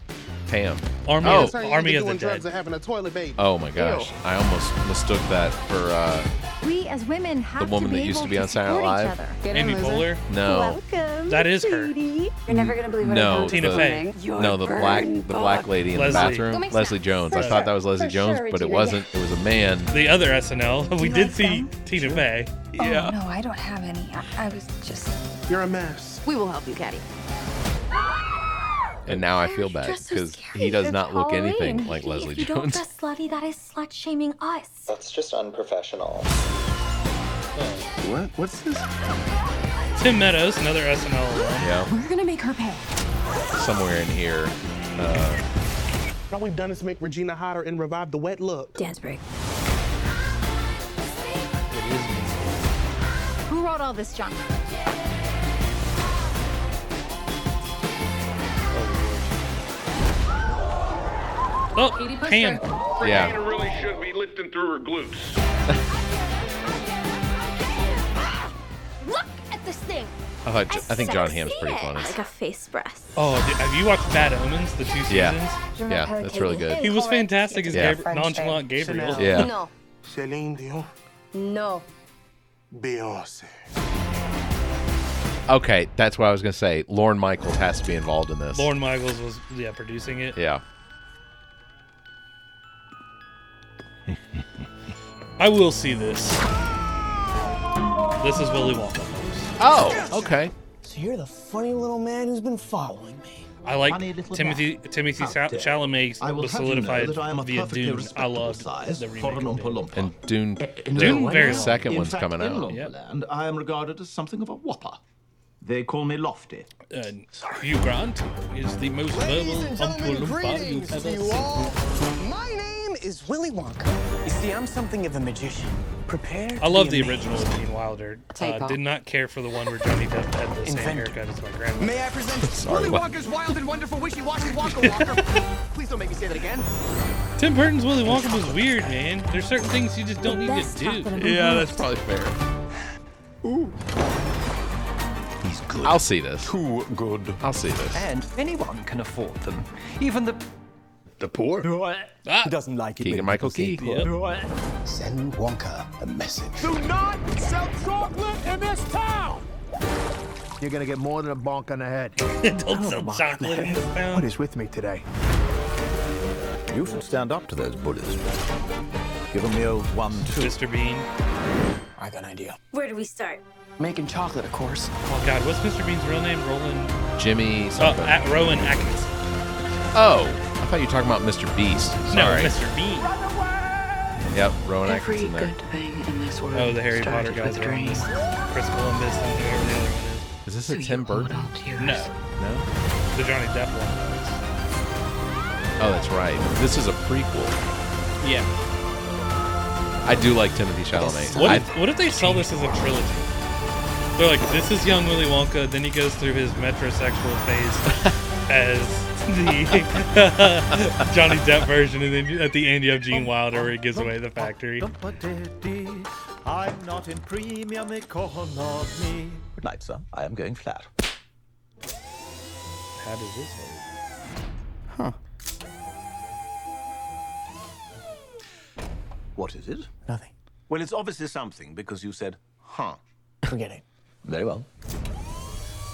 Speaker 2: Tam.
Speaker 3: Army
Speaker 2: oh,
Speaker 3: of- Army of the
Speaker 20: doing drugs
Speaker 3: Dead.
Speaker 20: and having a toilet baby.
Speaker 2: Oh my gosh. I almost mistook that for uh,
Speaker 7: We as women have
Speaker 2: the woman
Speaker 7: to be
Speaker 2: that used
Speaker 7: able
Speaker 2: to be on Saturday Night
Speaker 7: support each
Speaker 2: Live.
Speaker 7: other.
Speaker 2: Amy Poehler? No.
Speaker 7: Welcome,
Speaker 2: That is her.
Speaker 7: sweetie.
Speaker 2: You're never gonna believe what I No, heard Tina this
Speaker 21: Mm.
Speaker 2: Fey. morning. No, the black- the black lady in the Leslie. bathroom. Go make Leslie snacks. Jones. I For thought that sure. was Leslie For Jones, sure, but it Regina. wasn't. It was a man.
Speaker 3: The other SNL. We did see Tina Fey.
Speaker 9: Oh, no, I don't have any. I, I was just.
Speaker 20: You're a mess.
Speaker 9: We will help you, Caddy.
Speaker 2: And now I feel bad
Speaker 7: dressed so
Speaker 2: because he does not look anything like Leslie
Speaker 7: if you don't
Speaker 2: Jones.
Speaker 7: dress slutty, that is slut shaming us.
Speaker 21: That's just unprofessional.
Speaker 2: What? What's this?
Speaker 3: Tim Meadows, another SNL alum.
Speaker 2: Yeah,
Speaker 7: We're gonna make her pay.
Speaker 2: somewhere in here. Uh,
Speaker 20: All we've done is make Regina hotter and revive the wet look.
Speaker 7: Dance break. Who wrote all this junk?
Speaker 3: Oh,
Speaker 2: Pam. Yeah.
Speaker 19: Regina really should be lifting through her glutes.
Speaker 7: Look at this thing.
Speaker 2: I, thought, I think John Hamm's pretty funny.
Speaker 7: Like a face breast.
Speaker 3: Oh, dude, have you watched Bad Omens, the two seasons?
Speaker 2: Yeah. Yeah, that's really good.
Speaker 3: He was fantastic as
Speaker 2: Yeah.
Speaker 3: Gabri- nonchalant Gabriel.
Speaker 2: Yeah.
Speaker 7: Oh,
Speaker 20: No. Celine Dion.
Speaker 7: No.
Speaker 20: Beyonce.
Speaker 2: Okay, that's what I was gonna say. Lorne Michaels has to be involved in this.
Speaker 3: Lorne Michaels was yeah producing it.
Speaker 2: Yeah.
Speaker 3: I will see this. This is Willy Wonka. folks.
Speaker 2: Oh, okay.
Speaker 15: So you're the funny little man who's been following me.
Speaker 3: I like
Speaker 15: Funny little
Speaker 3: Timothy
Speaker 15: man.
Speaker 3: Timothy
Speaker 15: How
Speaker 3: Sa-
Speaker 15: dare.
Speaker 3: Chalamet
Speaker 15: I will
Speaker 3: was
Speaker 15: have you know
Speaker 3: solidified
Speaker 15: that I am a
Speaker 3: via
Speaker 15: perfectly
Speaker 3: Dune. I
Speaker 15: respectable
Speaker 3: loved
Speaker 15: size
Speaker 3: the
Speaker 15: for
Speaker 3: remake.
Speaker 15: an
Speaker 3: of Dune.
Speaker 15: Oompa Loompa.
Speaker 2: And Dune,
Speaker 15: In
Speaker 2: the
Speaker 15: Loompa Land.
Speaker 2: second
Speaker 15: In
Speaker 2: one's
Speaker 15: fact,
Speaker 2: coming
Speaker 15: in
Speaker 2: out.
Speaker 15: Loompa Land, I am regarded as something of a whopper. They call me Lofty.
Speaker 3: And Uh, Hugh Grant is the most verbal Oompa Loompa you've ever seen.
Speaker 8: My name is Willy Wonka. You see, I'm something of a magician. Prepare.
Speaker 3: I love the original with Gene Wilder.
Speaker 8: Take
Speaker 3: Uh,
Speaker 8: off.
Speaker 3: did not care for the one where Johnny Depp had the same haircut as my grandma.
Speaker 8: May I present
Speaker 3: Sorry,
Speaker 8: Willy
Speaker 3: what?
Speaker 8: Wonka's wild and wonderful wishy-washy Wonka Walker? Please don't make me say that again.
Speaker 3: Tim Burton's Willy Wonka was weird, man. There's certain things you just don't need to do.
Speaker 2: Yeah, that's probably fair.
Speaker 8: Ooh.
Speaker 2: He's good. I'll see this.
Speaker 8: Too good.
Speaker 2: I'll see this.
Speaker 8: And anyone can afford them, even the the poor. He doesn't like it. when
Speaker 2: Keegan-Michael
Speaker 8: people say
Speaker 2: Key.
Speaker 8: poor. Send Wonka a message.
Speaker 20: Do not sell chocolate in this town. You're gonna get more than a bonk on the head.
Speaker 3: Don't
Speaker 15: Oh
Speaker 3: sell chocolate in this town.
Speaker 20: What is with me today?
Speaker 22: You should stand up to those bullies. Give them the old one, two.
Speaker 3: Mr. Bean.
Speaker 8: I got an idea.
Speaker 7: Where do we start?
Speaker 8: Making chocolate, of course.
Speaker 3: Oh God, what's Mr. Bean's real name? Roland.
Speaker 2: Jimmy.
Speaker 3: Oh,
Speaker 2: Something.
Speaker 3: at Rowan Atkins.
Speaker 2: oh, I thought you were talking about Mr. Beast. Sorry.
Speaker 3: No, Mr. Bean.
Speaker 2: Yep, Rowan
Speaker 23: Every
Speaker 2: Atkins in there.
Speaker 23: good thing in this world
Speaker 3: Oh, the Harry Potter
Speaker 23: started
Speaker 3: guys
Speaker 23: with
Speaker 3: are on
Speaker 23: dreams.
Speaker 3: this. Chris Columbus and whoever the other one
Speaker 2: Is this a Tim Burton?
Speaker 3: is. No,
Speaker 2: No.
Speaker 3: the Johnny Depp one.
Speaker 2: Oh, that's right. This is a prequel.
Speaker 3: Yeah.
Speaker 2: I do like Timothy Chalamet.
Speaker 3: What
Speaker 2: I-
Speaker 3: if, what if they sell this as a trilogy? They're like, this is young Willy Wonka, then he goes through his metrosexual phase as the Johnny Depp version, and then at the end you have Gene Wilder where he gives away the factory.
Speaker 22: I'm not in premium economy. Good night, sir. I am going flat.
Speaker 3: How does this work?
Speaker 22: What is it?
Speaker 8: Nothing.
Speaker 22: Well, it's obviously something because you said, huh.
Speaker 8: Forget it.
Speaker 22: Very well.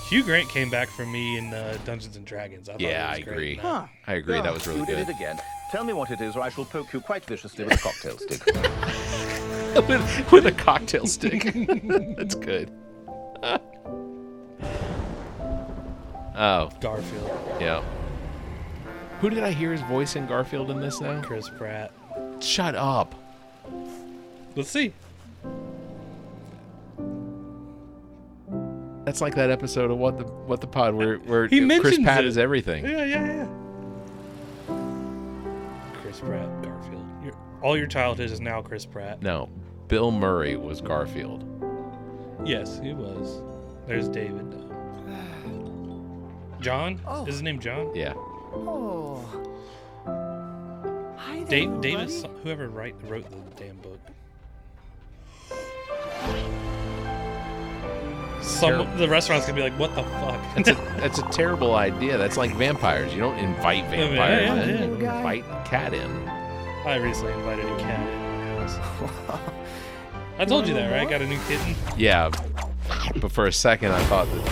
Speaker 3: Hugh Grant came back for me in uh, Dungeons and Dragons. I thought
Speaker 2: Yeah, I
Speaker 3: it was great
Speaker 2: agree.
Speaker 3: in that.
Speaker 2: I agree.
Speaker 22: Ah,
Speaker 2: That was really
Speaker 22: you did
Speaker 2: good.
Speaker 22: it again. Tell me what it is, or I shall poke you quite viciously with a cocktail stick.
Speaker 2: with, with a cocktail stick. That's good. oh.
Speaker 3: Garfield.
Speaker 2: Yeah. Who did I hear his voice in Garfield in this now?
Speaker 3: Chris Pratt.
Speaker 2: Shut up.
Speaker 3: Let's see.
Speaker 2: That's like that episode of What the What the Pod where where
Speaker 3: He
Speaker 2: Chris
Speaker 3: mentions
Speaker 2: Pat
Speaker 3: it.
Speaker 2: is everything.
Speaker 3: Yeah, yeah, yeah. Chris Pratt, Garfield. Your, all your childhood is now Chris Pratt.
Speaker 2: No, Bill Murray was Garfield.
Speaker 3: Yes, he was. There's David. John? Is his name John?
Speaker 2: Yeah.
Speaker 8: Oh. Hi there,
Speaker 3: Dave, David,
Speaker 8: everybody.
Speaker 3: Sa- whoever write, wrote the damn book. some the restaurant's gonna be like, "What the fuck?"
Speaker 2: That's a, that's a terrible idea. That's like vampires. You don't invite
Speaker 3: Yeah,
Speaker 2: vampires
Speaker 3: yeah,
Speaker 2: in.
Speaker 3: yeah.
Speaker 2: You invite a cat in.
Speaker 3: I recently invited a cat in my house. I told you that, right? Got a new kitten.
Speaker 2: Yeah. But for a second, I thought that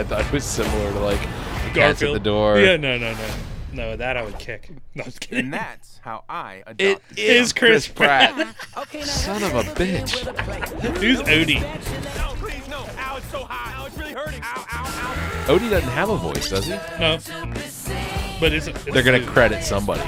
Speaker 2: I thought it was similar to like the cats at the
Speaker 3: Garfield.
Speaker 2: door.
Speaker 3: Yeah, no, no, no, no. That I would kick. No, I'm just kidding.
Speaker 17: And that's how I adopted
Speaker 3: It is Chris Pratt.
Speaker 2: Son of a bitch.
Speaker 3: Who's Odie?
Speaker 2: Odie doesn't have a voice, does he?
Speaker 3: No. But it's, it's
Speaker 2: They're gonna credit somebody.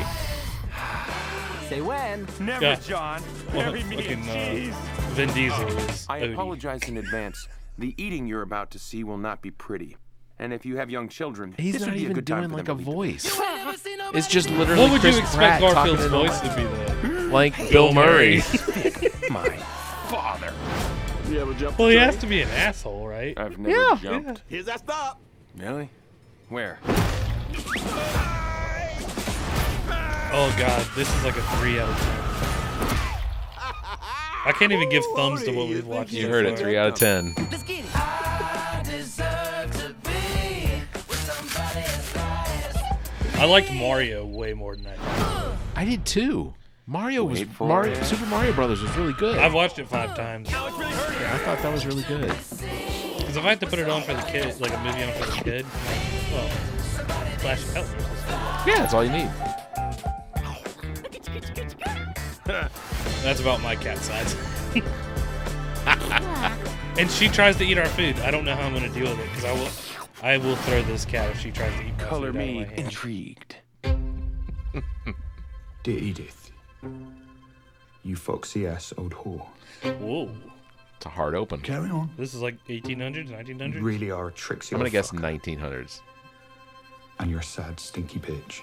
Speaker 13: Say when. Never,
Speaker 3: Yeah.
Speaker 13: John.
Speaker 3: Well,
Speaker 13: Marry me
Speaker 3: fucking,
Speaker 13: and cheese.
Speaker 3: uh, Vin Diesel is
Speaker 17: I
Speaker 3: Odie.
Speaker 17: apologize in advance. The eating you're about to see will not be pretty. And if you have young children,
Speaker 2: He's
Speaker 17: this
Speaker 2: not
Speaker 17: would be a
Speaker 2: even
Speaker 17: good time
Speaker 2: doing,
Speaker 17: for
Speaker 2: like,
Speaker 17: them
Speaker 2: a
Speaker 17: to leave.
Speaker 2: voice. It's just literally.
Speaker 3: What would
Speaker 2: Chris
Speaker 3: you expect
Speaker 2: Pratt talking
Speaker 3: Garfield's
Speaker 2: to
Speaker 3: voice
Speaker 2: the-
Speaker 3: to be though?
Speaker 2: Like Bill Murray.
Speaker 17: My father. You ever jumped
Speaker 3: Well, he has to be an asshole, right?
Speaker 2: Uh.
Speaker 17: I've never
Speaker 3: yeah.
Speaker 17: jumped.
Speaker 3: Here's that stop.
Speaker 17: Really? Where?
Speaker 3: Oh god, this is like a three out of ten. I can't even give thumbs to what we've watched.
Speaker 2: You
Speaker 3: so
Speaker 2: heard it,
Speaker 3: far.
Speaker 2: three out of ten.
Speaker 3: I liked Mario way more than that.
Speaker 2: I did too. Mario was
Speaker 3: Wait for
Speaker 2: Mario,
Speaker 3: it.
Speaker 2: Super Mario Brothers was really good.
Speaker 3: I've watched it five times.
Speaker 2: Yeah, I thought that was really good.
Speaker 3: Because if I had to put it on for the kid, like a movie on for the kid, well, Flash Elf.
Speaker 2: Yeah, that's all you need.
Speaker 3: That's about my cat size. and she tries to eat our food. I don't know how I'm going to deal with it because I will, I will throw this cat if she tries to eat my
Speaker 17: Color
Speaker 3: food out of my
Speaker 17: me
Speaker 3: hand.
Speaker 17: intrigued.
Speaker 1: Dear Edith, you foxy ass old whore.
Speaker 3: Whoa,
Speaker 2: It's a hard open.
Speaker 1: Carry on.
Speaker 3: this is like 1800s, 1900s.
Speaker 1: You really are a tricksy
Speaker 2: I'm gonna
Speaker 1: old
Speaker 2: guess
Speaker 1: fuck,
Speaker 2: 1900s.
Speaker 1: And you're a sad, stinky bitch.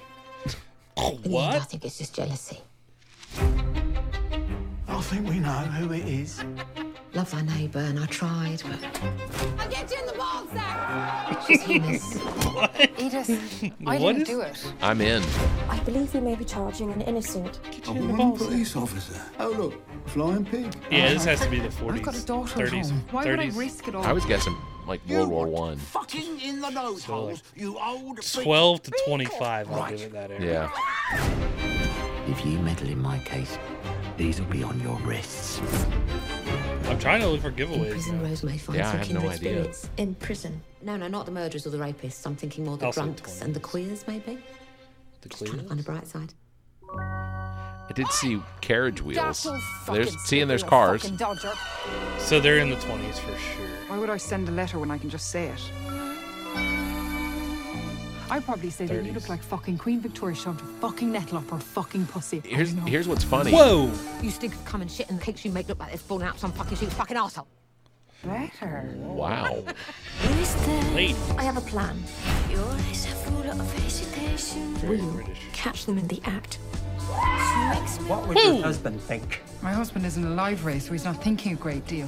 Speaker 3: What?
Speaker 1: I think it's just jealousy. I think we know who it is.
Speaker 21: Love our neighbour, and I tried,
Speaker 8: I'll get you in the
Speaker 21: but
Speaker 8: ballsack.
Speaker 21: she's heinous.
Speaker 8: Edith,
Speaker 21: I
Speaker 2: What
Speaker 21: didn't
Speaker 2: is-
Speaker 21: do it.
Speaker 2: I'm in.
Speaker 21: I believe you may be charging an innocent.
Speaker 1: A woman police officer. Oh look, flying pig.
Speaker 3: Yeah, this has to be the 40s,
Speaker 1: I've got a daughter at
Speaker 3: 30s,
Speaker 1: home. Why would I
Speaker 3: 30s.
Speaker 1: risk it all?
Speaker 2: I was guessing like World War One.
Speaker 1: Fucking in the nose
Speaker 3: So, like,
Speaker 1: you old
Speaker 3: 12 to 25, I'll give it that area.
Speaker 2: Yeah.
Speaker 1: If you meddle in my case, these will be on your wrists.
Speaker 3: I'm trying to look for giveaways.
Speaker 21: Prison Rose may find
Speaker 2: Yeah, I
Speaker 21: some
Speaker 2: have no
Speaker 21: kindred
Speaker 2: idea.
Speaker 21: spirits in prison. No, no, not the murderers or the rapists. I'm thinking more the
Speaker 2: Also
Speaker 21: drunks and the queers, maybe.
Speaker 3: The
Speaker 21: Trying to find the bright side.
Speaker 2: I did see carriage wheels.
Speaker 21: That'll
Speaker 2: There's
Speaker 21: fucking
Speaker 2: see, and there's
Speaker 11: You're a
Speaker 2: cars.
Speaker 11: fucking dodger.
Speaker 3: So they're in the 20s for sure.
Speaker 11: Why would I send a letter when I can just say it? I probably say that you look like fucking Queen Victoria shoved a fucking nettle up her fucking pussy.
Speaker 2: Here's here's what's funny.
Speaker 21: You stink of cum and shit, and the cakes you make look like they've fallen out some fucking sheep's fucking arsehole.
Speaker 11: Better.
Speaker 2: Wow.
Speaker 3: Late.
Speaker 21: I have a plan. Your eyes are full of hesitation. We'll catch them in the act.
Speaker 12: What
Speaker 21: would your Hey.
Speaker 12: husband think?
Speaker 11: My husband isn't alive, Ray, so he's not thinking a great deal.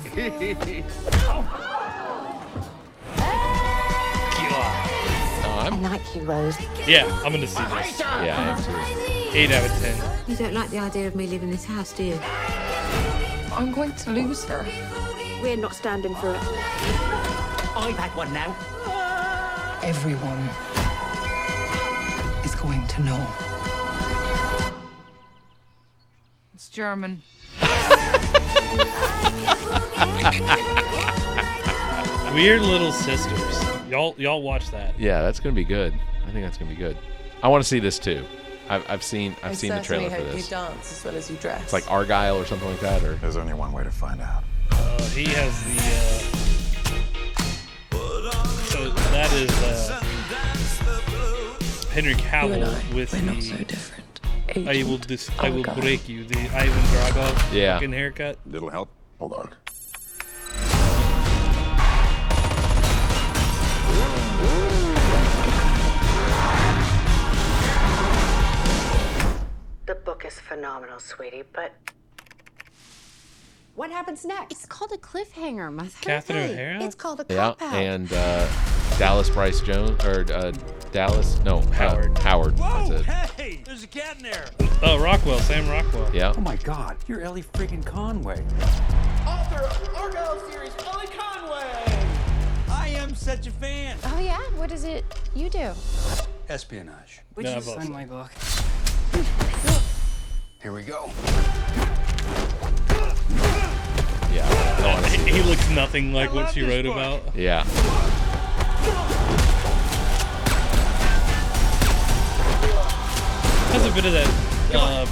Speaker 21: I like you, Rose.
Speaker 3: Yeah, I'm going to see this.
Speaker 21: Yeah,
Speaker 3: I 8 out of 10.
Speaker 21: You don't like the idea of me leaving this house, do you? I'm going to lose her.
Speaker 18: We're not standing for it.
Speaker 12: I've had one now.
Speaker 11: Everyone is going to know. It's German.
Speaker 3: Weird Little Sisters. Y'all, y'all watch that.
Speaker 2: Yeah, that's gonna be good. I think that's gonna be good. I want to see this too. I've, I've seen I've
Speaker 23: I
Speaker 2: seen the
Speaker 23: certainly
Speaker 2: trailer for
Speaker 23: hope
Speaker 2: this.
Speaker 23: You dance as well as you dress.
Speaker 2: It's like Argyle or something like that. Or
Speaker 1: there's only one way to find out.
Speaker 3: Uh, he has the. Uh, so that is uh, Henry Cavill with the. I will dis- I will
Speaker 23: Argyle.
Speaker 3: break you. The Ivan Drago
Speaker 2: Yeah.
Speaker 3: fucking haircut.
Speaker 1: Little help. Hold on.
Speaker 24: The book is phenomenal, sweetie, but
Speaker 7: What happens next? It's called a cliffhanger, my
Speaker 2: Catherine O'Hara?
Speaker 7: It's called a
Speaker 2: Yeah,
Speaker 7: cop out.
Speaker 2: and uh, Dallas Bryce Jones or uh, Dallas no Howard Howard. That's it.
Speaker 3: Hey, there's a cat in there. Oh, Rockwell, Sam Rockwell.
Speaker 2: Yeah.
Speaker 13: Oh my God, you're Ellie friggin' Conway.
Speaker 12: Author of the Argyle series, Ellie Conway.
Speaker 13: am such a fan.
Speaker 7: Oh yeah, what is it you do?
Speaker 13: Espionage.
Speaker 7: Would you sign
Speaker 13: my book? Here we go.
Speaker 2: Yeah. I wanna see
Speaker 3: he
Speaker 2: this.
Speaker 3: looks nothing like what she wrote about.
Speaker 2: Yeah.
Speaker 3: Has a bit of that uh,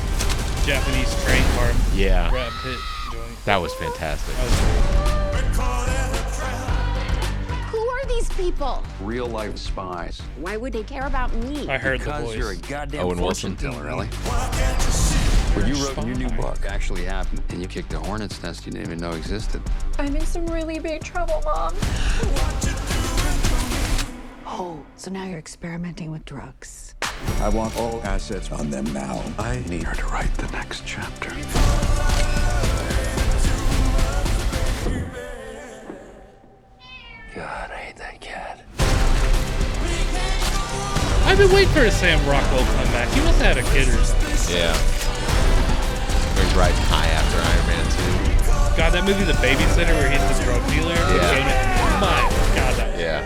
Speaker 3: Japanese train part.
Speaker 2: Yeah.
Speaker 3: Brad Pitt joint.
Speaker 2: That was fantastic.
Speaker 7: Who are these people?
Speaker 13: Real life spies.
Speaker 7: Why would they care about me?
Speaker 13: because you're a goddamn
Speaker 7: Owen
Speaker 13: fortune
Speaker 7: Wilson.
Speaker 13: teller, Ellie. When you wrote in your new book actually happened, and you kicked a hornet's nest you didn't even know existed.
Speaker 21: I'm in some really big trouble, Mom.
Speaker 8: Oh, so now you're experimenting with drugs.
Speaker 13: I want all assets on them now. I need her to write the next chapter. God, I hate that cat.
Speaker 3: I've been waiting for a Sam Rockwell comeback. He must have had a kid or something.
Speaker 2: Yeah. Where He's riding high after Iron Man 2.
Speaker 3: God, that movie, The Babysitter, where he's the drug dealer. Yeah. My God, that
Speaker 2: Yeah.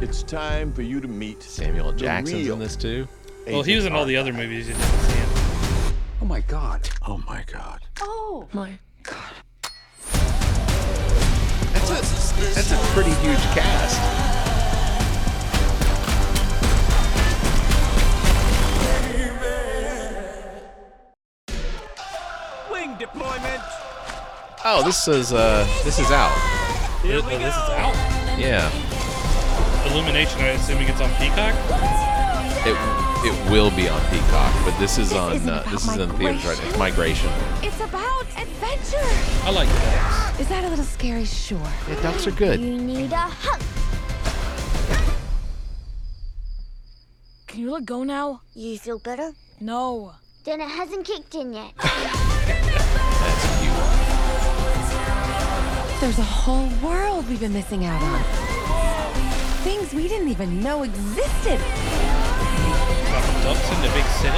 Speaker 19: It's time for you to meet
Speaker 2: Samuel Jackson's
Speaker 19: real
Speaker 2: in this too.
Speaker 3: Well, he was in all the other movies you didn't see him.
Speaker 13: Oh my god. Oh my god.
Speaker 8: Oh.
Speaker 13: My.
Speaker 2: That's a that's a pretty huge cast.
Speaker 13: Wing deployment.
Speaker 2: Oh, this is uh this is out.
Speaker 3: Th- oh, this is out.
Speaker 2: Yeah.
Speaker 3: Illumination, I'm assuming it's on Peacock.
Speaker 2: It it will be on Peacock, but this is on uh, this is in the theaters right now. Migration.
Speaker 7: It's about adventure.
Speaker 3: I like that.
Speaker 7: Is that a little scary? Sure.
Speaker 2: Yeah, ducks are good.
Speaker 7: You need a hug.
Speaker 4: Can you let go now?
Speaker 5: You feel better?
Speaker 4: No.
Speaker 5: Then it hasn't kicked in yet.
Speaker 2: That's a cute one.
Speaker 11: There's a whole world we've been missing out on. Things we didn't even know existed.
Speaker 3: About ducks in the big city.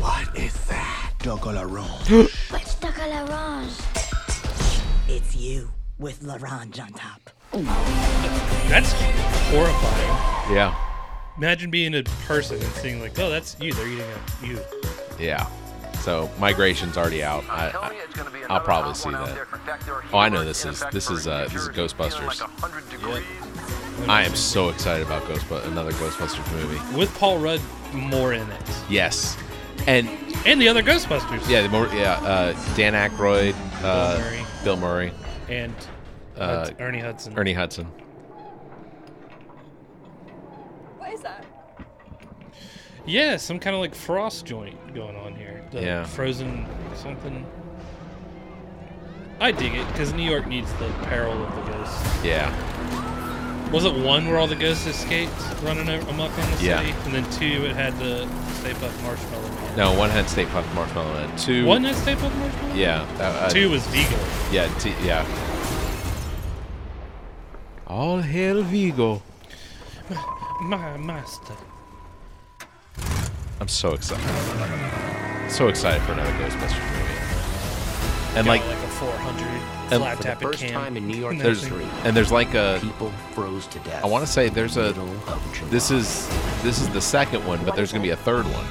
Speaker 13: What is that? Dogo la
Speaker 5: What's the colorange?
Speaker 8: It's you with Larange on top.
Speaker 3: That's horrifying.
Speaker 2: Yeah.
Speaker 3: Imagine being a person and seeing like, oh, that's you. They're eating a you.
Speaker 2: Yeah. So migration's already out. I, I, I'll probably see that. Oh, I know this is this is uh, this is Ghostbusters. I am so excited about Ghostbusters, another Ghostbusters movie.
Speaker 3: With Paul Rudd more in it,
Speaker 2: Yes, and
Speaker 3: and the other Ghostbusters,
Speaker 2: yeah, the more, yeah, uh, Dan Aykroyd, uh,
Speaker 3: Bill Murray.
Speaker 2: Bill Murray,
Speaker 3: and
Speaker 2: uh,
Speaker 3: Hudson- Ernie Hudson.
Speaker 2: Ernie Hudson.
Speaker 21: What is that?
Speaker 3: Yeah, some kind of like frost joint going on here. The
Speaker 2: Yeah.
Speaker 3: Frozen something. I dig it because New York needs the peril of the ghosts.
Speaker 2: Yeah,
Speaker 3: Was it one where all the ghosts escaped running o- amok on the
Speaker 2: Yeah.
Speaker 3: city? And then two, it had the Stay Puft Marshmallow Man.
Speaker 2: no, one had State Puft Marshmallow Man. Two,
Speaker 3: One had Stay Puft Marshmallow Man?
Speaker 2: yeah, that- uh,
Speaker 3: two was Vigo.
Speaker 2: yeah, t- yeah. All hail Vigo!
Speaker 3: My master.
Speaker 2: I'm so excited, so excited for another Ghostbusters movie. And like,
Speaker 3: like a 400
Speaker 2: And-
Speaker 3: flat
Speaker 2: For the
Speaker 3: tap
Speaker 2: first
Speaker 3: can.
Speaker 2: time
Speaker 1: in New York
Speaker 3: Nothing.
Speaker 2: there's and there's like a people
Speaker 1: froze to death.
Speaker 2: I want to say there's a this is this is the second one, but there's gonna be a third one.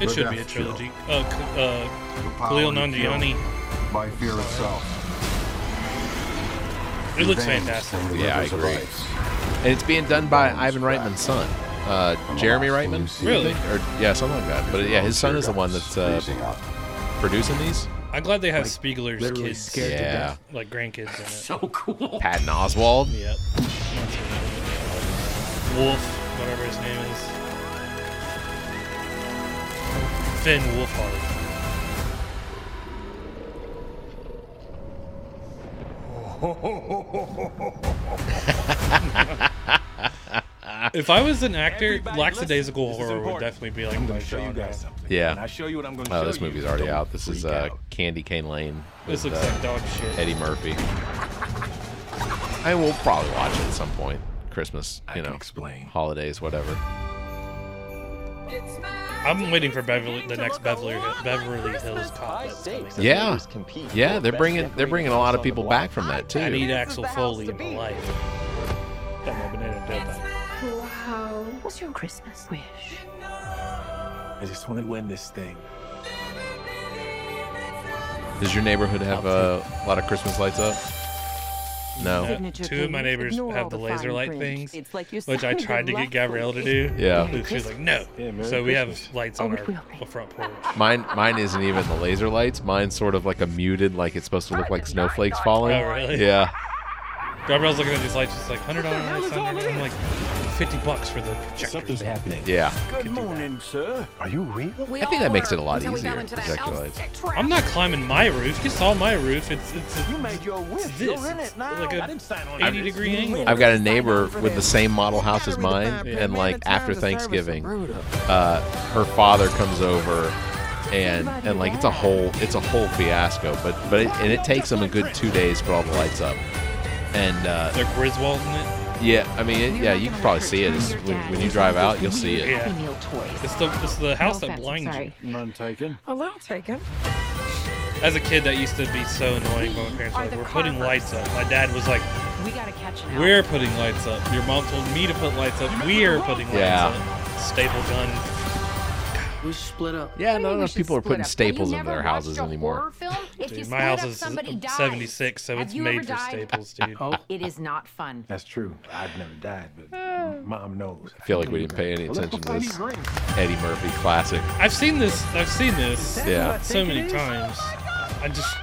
Speaker 3: It should be a trilogy. Uh, K- uh, Khalil Nanjiani.
Speaker 19: By fear itself.
Speaker 3: It looks fantastic.
Speaker 2: Yeah, I agree. And it's being done by Ivan Reitman's son, uh, Jeremy Reitman.
Speaker 3: Really?
Speaker 2: I think, Or yeah, something like that. But yeah, his son is the one that's uh, producing these.
Speaker 3: I'm glad they have Spiegeler's kids.
Speaker 2: scared to Yeah. death.
Speaker 3: Like grandkids in it. so cool.
Speaker 2: Patton Oswald.
Speaker 3: Yep. Wolf, whatever his name is. Finn Wolfhard. If I was an actor, lackadaisical horror would definitely be like my genre.
Speaker 2: Yeah.
Speaker 6: When I show you what I'm gonna
Speaker 2: Oh,
Speaker 6: show
Speaker 2: this
Speaker 6: you,
Speaker 2: movie's already
Speaker 6: don't
Speaker 2: out. This is uh, Candy Cane Lane.
Speaker 3: This
Speaker 2: with,
Speaker 3: looks
Speaker 2: uh,
Speaker 3: like dog shit.
Speaker 2: Eddie Murphy. I will probably watch it at some point. Christmas, you know, explain. holidays, whatever.
Speaker 8: It's my
Speaker 3: I'm waiting for Beverly, the next Beverly, Beverly Hills Cop. That's coming.
Speaker 2: Yeah, yeah, they're bringing they're bringing a lot of people back from that too.
Speaker 3: I need Axel Foley in my life. Got my banana dip.
Speaker 21: Wow. What's your Christmas wish?
Speaker 6: I just want to win this thing.
Speaker 2: Does your neighborhood have uh, a lot of Christmas lights up? No.
Speaker 3: Uh, Two of my neighbors
Speaker 10: Ignore all
Speaker 3: have the
Speaker 10: the
Speaker 3: laser
Speaker 10: fine
Speaker 3: light
Speaker 10: print.
Speaker 3: things,
Speaker 10: It's like you
Speaker 3: which I
Speaker 10: signed
Speaker 3: tried to
Speaker 10: a
Speaker 3: get
Speaker 10: lot
Speaker 3: Gabrielle to
Speaker 10: of
Speaker 3: do.
Speaker 2: Yeah.
Speaker 3: and She was like, no.
Speaker 10: Yeah, Merry
Speaker 3: so we have
Speaker 10: Christmas.
Speaker 3: lights
Speaker 10: Oh,
Speaker 3: on
Speaker 10: we
Speaker 3: our
Speaker 10: will.
Speaker 3: the front porch.
Speaker 2: Mine mine isn't even the laser lights. Mine's sort of like a muted, like it's supposed to look like snowflakes falling.
Speaker 3: Oh, really?
Speaker 2: Yeah.
Speaker 3: Gabrielle's looking at these lights, she's like, $100 lights on there. I'm like, 50 bucks for the projector. Something's happening.
Speaker 2: Yeah.
Speaker 19: Good morning, sir. Are you real?
Speaker 2: I think that makes it a lot easier. Projector lights.
Speaker 3: I'm not climbing my roof. You saw my roof. It's it's, it's, it's this.
Speaker 22: You're in it
Speaker 3: It's
Speaker 22: now.
Speaker 3: like a
Speaker 22: I didn't sign on
Speaker 3: 80
Speaker 22: it.
Speaker 3: degree angle.
Speaker 2: I've got a neighbor with the same model house as mine, and like after Thanksgiving, uh, her father comes over, and and like it's a whole it's a whole fiasco. But but it, and it takes them a good two days for all the lights up, and uh,
Speaker 3: they're Griswold in it.
Speaker 2: Yeah, I mean it, yeah, you can probably see it It's- when, when you drive out. You'll see it.
Speaker 3: Yeah. It's the it's the house that blinds you.
Speaker 19: None taken.
Speaker 10: A little taken.
Speaker 3: As a kid, that used to be so annoying. But my parents were like, "We're putting lights up." My dad was like,
Speaker 10: We gotta catch an
Speaker 3: "We're putting lights up." Your mom told me to put lights up. We're putting lights
Speaker 2: Yeah.
Speaker 3: up. Staple gun.
Speaker 10: We should split up.
Speaker 2: Yeah, not enough people are
Speaker 10: split
Speaker 2: putting
Speaker 10: up.
Speaker 2: staples into their houses anymore.
Speaker 3: Dude, my house is 76, so it's made for staples, dude.
Speaker 2: Oh.
Speaker 10: It is not fun.
Speaker 22: That's true. I've never died, but mom knows.
Speaker 2: I feel like we didn't pay any
Speaker 22: Well, let's
Speaker 2: attention
Speaker 22: go
Speaker 2: to
Speaker 22: find
Speaker 2: this
Speaker 22: these rings.
Speaker 2: Eddie Murphy classic.
Speaker 3: I've seen this. I've seen this.
Speaker 2: that Yeah. what I
Speaker 3: So
Speaker 2: think it
Speaker 3: many
Speaker 2: is?
Speaker 3: times. I just.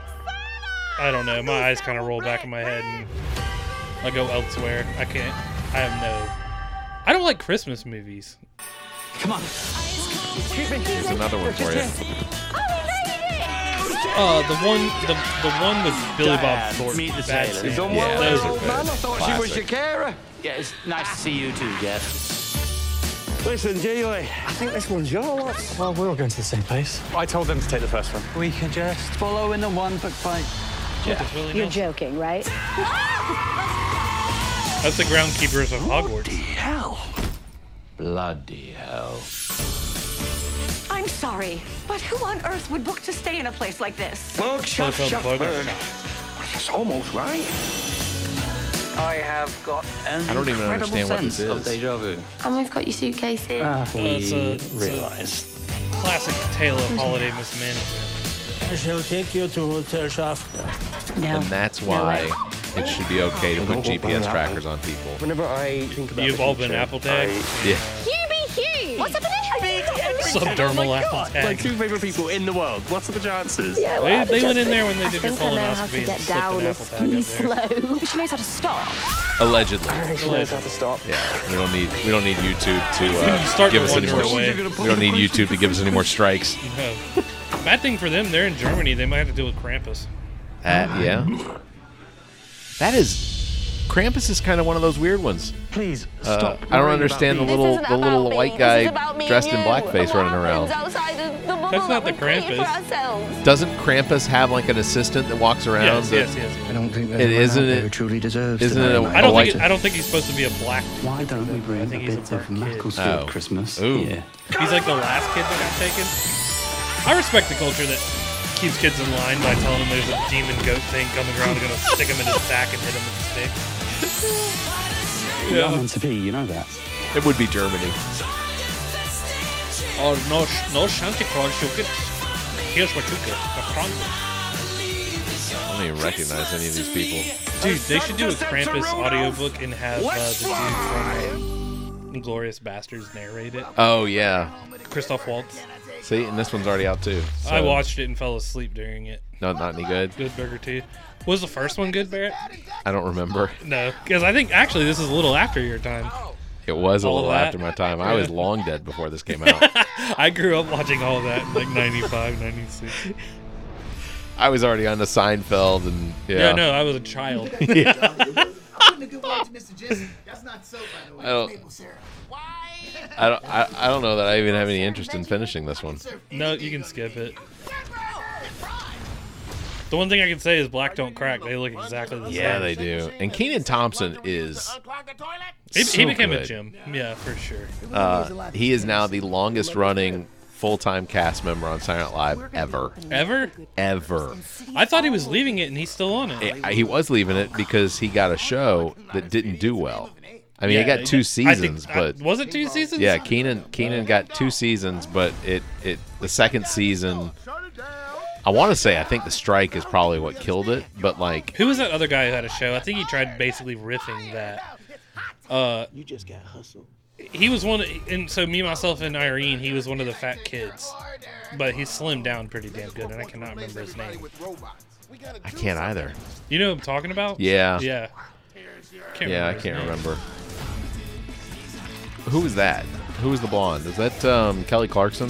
Speaker 3: I don't know. My eyes kind of roll back in my head, and I go elsewhere. I can't. I have no. I don't like Christmas movies. Come on.
Speaker 2: Here's another one for you.
Speaker 3: Uh, the one, the the one with Billy Bob Thornton.
Speaker 14: Meet the
Speaker 3: Bad
Speaker 14: sailors.
Speaker 3: Santa.
Speaker 14: Don't
Speaker 3: yeah,
Speaker 14: worry,
Speaker 3: those
Speaker 14: old
Speaker 3: are good.
Speaker 14: mama thought she was your
Speaker 22: carer.
Speaker 14: Yeah, it's nice to see you too, Jeff.
Speaker 22: Listen, Julie, I think this one's yours. Well, we're all going to the same place. I told them to take the first one. We can just follow in the one foot fight.
Speaker 3: Jeff.
Speaker 10: You're joking, right?
Speaker 3: That's the groundkeepers of Hogwarts.
Speaker 10: Hell.
Speaker 14: Bloody hell.
Speaker 10: I'm sorry, but who on earth would book to stay in a place like this?
Speaker 22: Bug shot,
Speaker 3: Telephone
Speaker 22: shot,
Speaker 3: bug
Speaker 22: burn.
Speaker 3: shot.
Speaker 22: That's almost right. I have got an
Speaker 14: I don't even
Speaker 22: incredible
Speaker 14: understand what this
Speaker 22: sense of
Speaker 14: is. Deja vu.
Speaker 5: And we've got your suitcases.
Speaker 3: it's a- it's a- Classic tale of holiday mismanagement.
Speaker 14: I shall take you to Hotel Schaffner.
Speaker 2: And that's why it should be okay to put GPS trackers on people.
Speaker 14: Whenever I think about
Speaker 3: You've all been Apple Tag.
Speaker 2: Yeah.
Speaker 10: QBQ! What's happening?
Speaker 3: Subdermal apple tag. Oh
Speaker 14: My two favorite people in the world. What's the chances?
Speaker 10: Yeah,
Speaker 3: They, they went in there when
Speaker 10: I
Speaker 3: they did their
Speaker 10: think I know how to
Speaker 3: colonoscopy and
Speaker 10: get
Speaker 3: slipped
Speaker 10: down
Speaker 3: an
Speaker 10: is
Speaker 3: apple tag up there.
Speaker 10: slow. She knows how to stop.
Speaker 2: Allegedly.
Speaker 22: She knows how to stop.
Speaker 2: Yeah, we don't need we don't need YouTube to uh,
Speaker 3: Start
Speaker 2: give
Speaker 3: to
Speaker 2: us any more.
Speaker 3: wander away.
Speaker 2: We don't need YouTube to give us any more strikes.
Speaker 3: No. Bad thing for them, they're in Germany. They might have to deal with Krampus.
Speaker 2: That, yeah. That is, Krampus is kind of one of those weird ones.
Speaker 22: Please
Speaker 2: stop. I don't
Speaker 22: worrying
Speaker 2: understand the
Speaker 22: about me.
Speaker 2: little
Speaker 22: This isn't
Speaker 2: the little
Speaker 22: about me.
Speaker 2: white
Speaker 22: This
Speaker 2: guy
Speaker 22: is about me and
Speaker 2: dressed in
Speaker 22: you.
Speaker 2: blackface running around.
Speaker 10: That's
Speaker 3: not the Krampus.
Speaker 2: Doesn't Krampus have like an assistant that walks around?
Speaker 3: Yes,
Speaker 2: that-
Speaker 3: yes, yes, yes.
Speaker 2: I don't think it isn't it
Speaker 14: truly deserves.
Speaker 2: Isn't it? A,
Speaker 3: I
Speaker 2: a
Speaker 3: don't
Speaker 2: white,
Speaker 3: think it, I don't think he's supposed to be a black. Why don't we bring I think he's a black kid.
Speaker 14: Oh.
Speaker 2: Christmas. Ooh.
Speaker 3: He's like the last kid that got taken. I respect the culture that keeps kids in line by telling them there's a demon goat thing coming around and gonna stick him in his back and hit him with a stick. Yeah.
Speaker 14: meant to be. You know that.
Speaker 2: It would be Germany.
Speaker 3: Oh no, sh- no Santa Claus, you get. Here's what you get. A Krampus.
Speaker 2: I don't even recognize any of these people.
Speaker 3: Dude, they should do a Krampus audiobook and have uh, the dude from Inglorious Bastards narrate it.
Speaker 2: Oh yeah.
Speaker 3: Christoph Waltz.
Speaker 2: See, and this one's already out too.
Speaker 3: I
Speaker 2: so-
Speaker 3: watched it and fell asleep during it.
Speaker 2: No, not any good.
Speaker 3: Good Burger too. Was the first one good, Barrett?
Speaker 2: I don't remember.
Speaker 3: No, because I think actually this is a little after your time.
Speaker 2: It was a
Speaker 3: All
Speaker 2: little
Speaker 3: that.
Speaker 2: after my time. I was
Speaker 3: Yeah.
Speaker 2: long dead before this came out.
Speaker 3: I grew up watching all that in like 95, 96.
Speaker 2: I was already on to Seinfeld and yeah.
Speaker 3: Yeah. no, I was a child.
Speaker 24: That's not so, by the
Speaker 2: I don't.
Speaker 6: Oh,
Speaker 2: I don't. I, I don't know that I even have any interest in finishing this one.
Speaker 3: no, you can skip it. The one thing I can say is black don't crack. They look exactly the
Speaker 2: Yeah,
Speaker 3: same.
Speaker 2: they do. And Keenan Thompson is.
Speaker 3: He, he
Speaker 2: so
Speaker 3: became a
Speaker 2: good.
Speaker 3: gym. Yeah, for sure.
Speaker 2: Uh, he is now the longest running full time cast member on Silent Live ever.
Speaker 3: Ever?
Speaker 2: Ever.
Speaker 3: I thought he was leaving it and he's still on it.
Speaker 2: I- He was leaving it because he got a show that didn't do well. I mean, he
Speaker 3: Yeah,
Speaker 2: got two seasons,
Speaker 3: I-
Speaker 2: but
Speaker 3: was it two seasons?
Speaker 2: yeah, Keenan Keenan got two seasons, but it it the second season. I want to say I think the strike is probably what killed it, but like
Speaker 3: Who was that other guy who had a show? I think he tried basically riffing that. Uh, you just got hustled. He was one, and so me, myself, and Irene. He was one of the fat kids, but he slimmed down pretty damn good, and I cannot remember his name.
Speaker 2: I can't either.
Speaker 3: You know what I'm talking about?
Speaker 2: Yeah.
Speaker 3: Yeah.
Speaker 2: yeah, I
Speaker 3: his
Speaker 2: can't
Speaker 3: name.
Speaker 2: remember. Who was that? Who was the blonde? Is that um, Kelly Clarkson?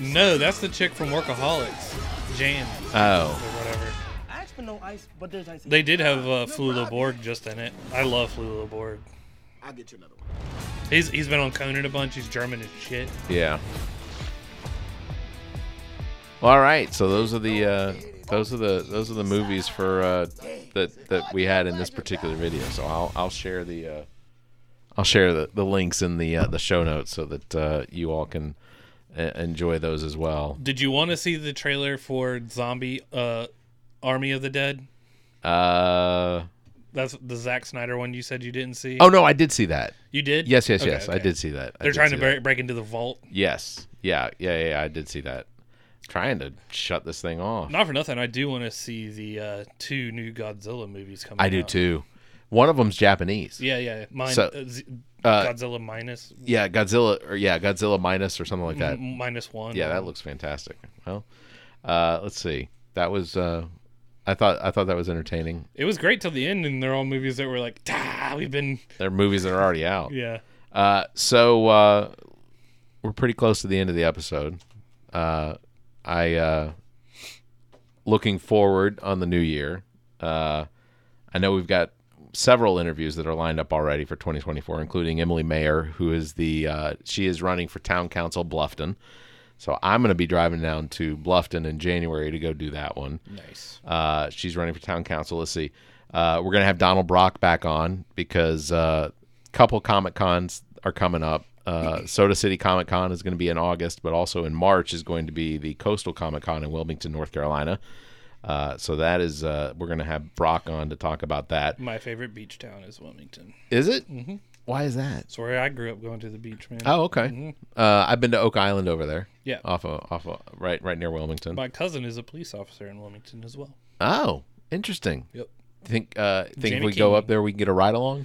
Speaker 3: No, that's the chick from Workaholics, Jan.
Speaker 2: Oh.
Speaker 3: Or whatever.
Speaker 9: I asked for no ice, but there's ice.
Speaker 3: They did have uh, Flula Borg just in it. I love Flula Borg.
Speaker 9: I'll get you another one.
Speaker 3: He's he's been on Conan a bunch. He's German as shit.
Speaker 2: Yeah. Well, all right. So those are the uh, those are the those are the movies for uh, that that we had in this particular video. So I'll I'll share the uh, I'll share the, the links in the uh, the show notes so that uh, you all can uh, enjoy those as well.
Speaker 3: Did you want to see the trailer for Zombie uh, Army of the Dead?
Speaker 2: Uh,
Speaker 3: That's the Zack Snyder one you said you didn't see.
Speaker 2: oh no, I did see that.
Speaker 3: You did?
Speaker 2: Yes, yes,
Speaker 3: Okay,
Speaker 2: yes. I
Speaker 3: okay.
Speaker 2: did see that. I
Speaker 3: They're
Speaker 2: did
Speaker 3: trying
Speaker 2: see
Speaker 3: to
Speaker 2: that.
Speaker 3: break, break into the vault.
Speaker 2: Yes. Yeah. Yeah. Yeah. yeah, I did see that. Trying to shut this thing off.
Speaker 3: Not for nothing. I do want to see the uh, two new Godzilla movies coming.
Speaker 2: I do
Speaker 3: out.
Speaker 2: too. One of them's Japanese.
Speaker 3: Yeah, yeah. Mine,
Speaker 2: So,
Speaker 3: uh, Z-
Speaker 2: uh,
Speaker 3: Godzilla minus
Speaker 2: Yeah, Godzilla or yeah, Godzilla minus or something like that.
Speaker 3: M- minus one.
Speaker 2: uh, Yeah, that looks fantastic. Well, uh, let's see. That was uh, I thought I thought that was entertaining.
Speaker 3: It was great till the end, and they're all movies that were like, "Ah, we've been."
Speaker 2: They're movies that are already out.
Speaker 3: Yeah.
Speaker 2: Uh, so uh, we're pretty close to the end of the episode. Uh, I uh, looking forward on the new year. Uh, I know we've got several interviews that are lined up already for 2024, including Emily Mayer, who is the uh, she is running for town council Bluffton. So I'm going to be driving down to Bluffton in January to go do that one.
Speaker 3: Nice.
Speaker 2: Uh, she's running for town council. Let's see. Uh, we're going to have Donald Brock back on because uh, couple Comic Cons are coming up. Uh, Soda City Comic Con is going to be in August, but also in March is going to be the Coastal Comic Con in Wilmington, North Carolina. Uh, so that is uh, we're going to have Brock on to talk about that.
Speaker 3: My favorite beach town is Wilmington.
Speaker 2: Is it?
Speaker 3: Mm-hmm.
Speaker 2: Why is that?
Speaker 3: It's where I grew up going to the beach, man.
Speaker 2: Oh, okay.
Speaker 3: Mhm.
Speaker 2: Uh, I've been to Oak Island over there.
Speaker 3: Yeah.
Speaker 2: off of, off of, right right near Wilmington.
Speaker 3: My cousin is a police officer in Wilmington as well.
Speaker 2: Oh, interesting.
Speaker 3: Yep.
Speaker 2: Think uh, think if
Speaker 3: Jamie
Speaker 2: we go
Speaker 3: King.
Speaker 2: up there, we can get a ride along.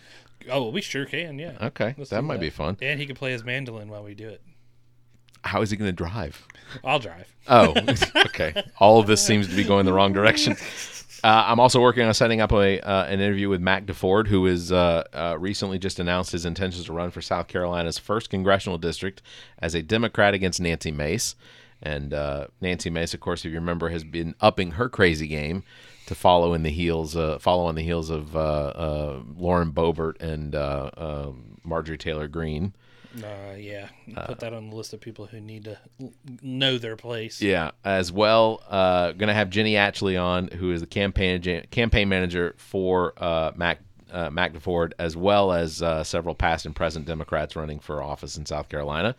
Speaker 3: Oh, well, we sure can, yeah.
Speaker 2: Okay, that
Speaker 3: do
Speaker 2: might be fun.
Speaker 3: And he can play his mandolin while we do it.
Speaker 2: How is he going to drive?
Speaker 3: I'll drive.
Speaker 2: Oh, okay. All of this seems to be going the wrong direction. Uh, I'm also working on setting up a uh, an interview with Mac DeFord, who is uh, uh, recently just announced his intentions to run for South Carolina's first congressional district as a Democrat against Nancy Mace. And uh, Nancy Mace, of course, if you remember, has been upping her crazy game to follow in the heels, uh, follow on the heels of uh, uh, Lauren Boebert and uh, uh, Marjorie Taylor Greene.
Speaker 3: Uh, yeah. Put that on the list of people who need to l- know their place.
Speaker 2: Yeah, as well. Uh, gonna have Jenny Atchley on, who is the campaign campaign manager for uh, Mac uh, Mac DeFord, as well as uh, several past and present Democrats running for office in South Carolina.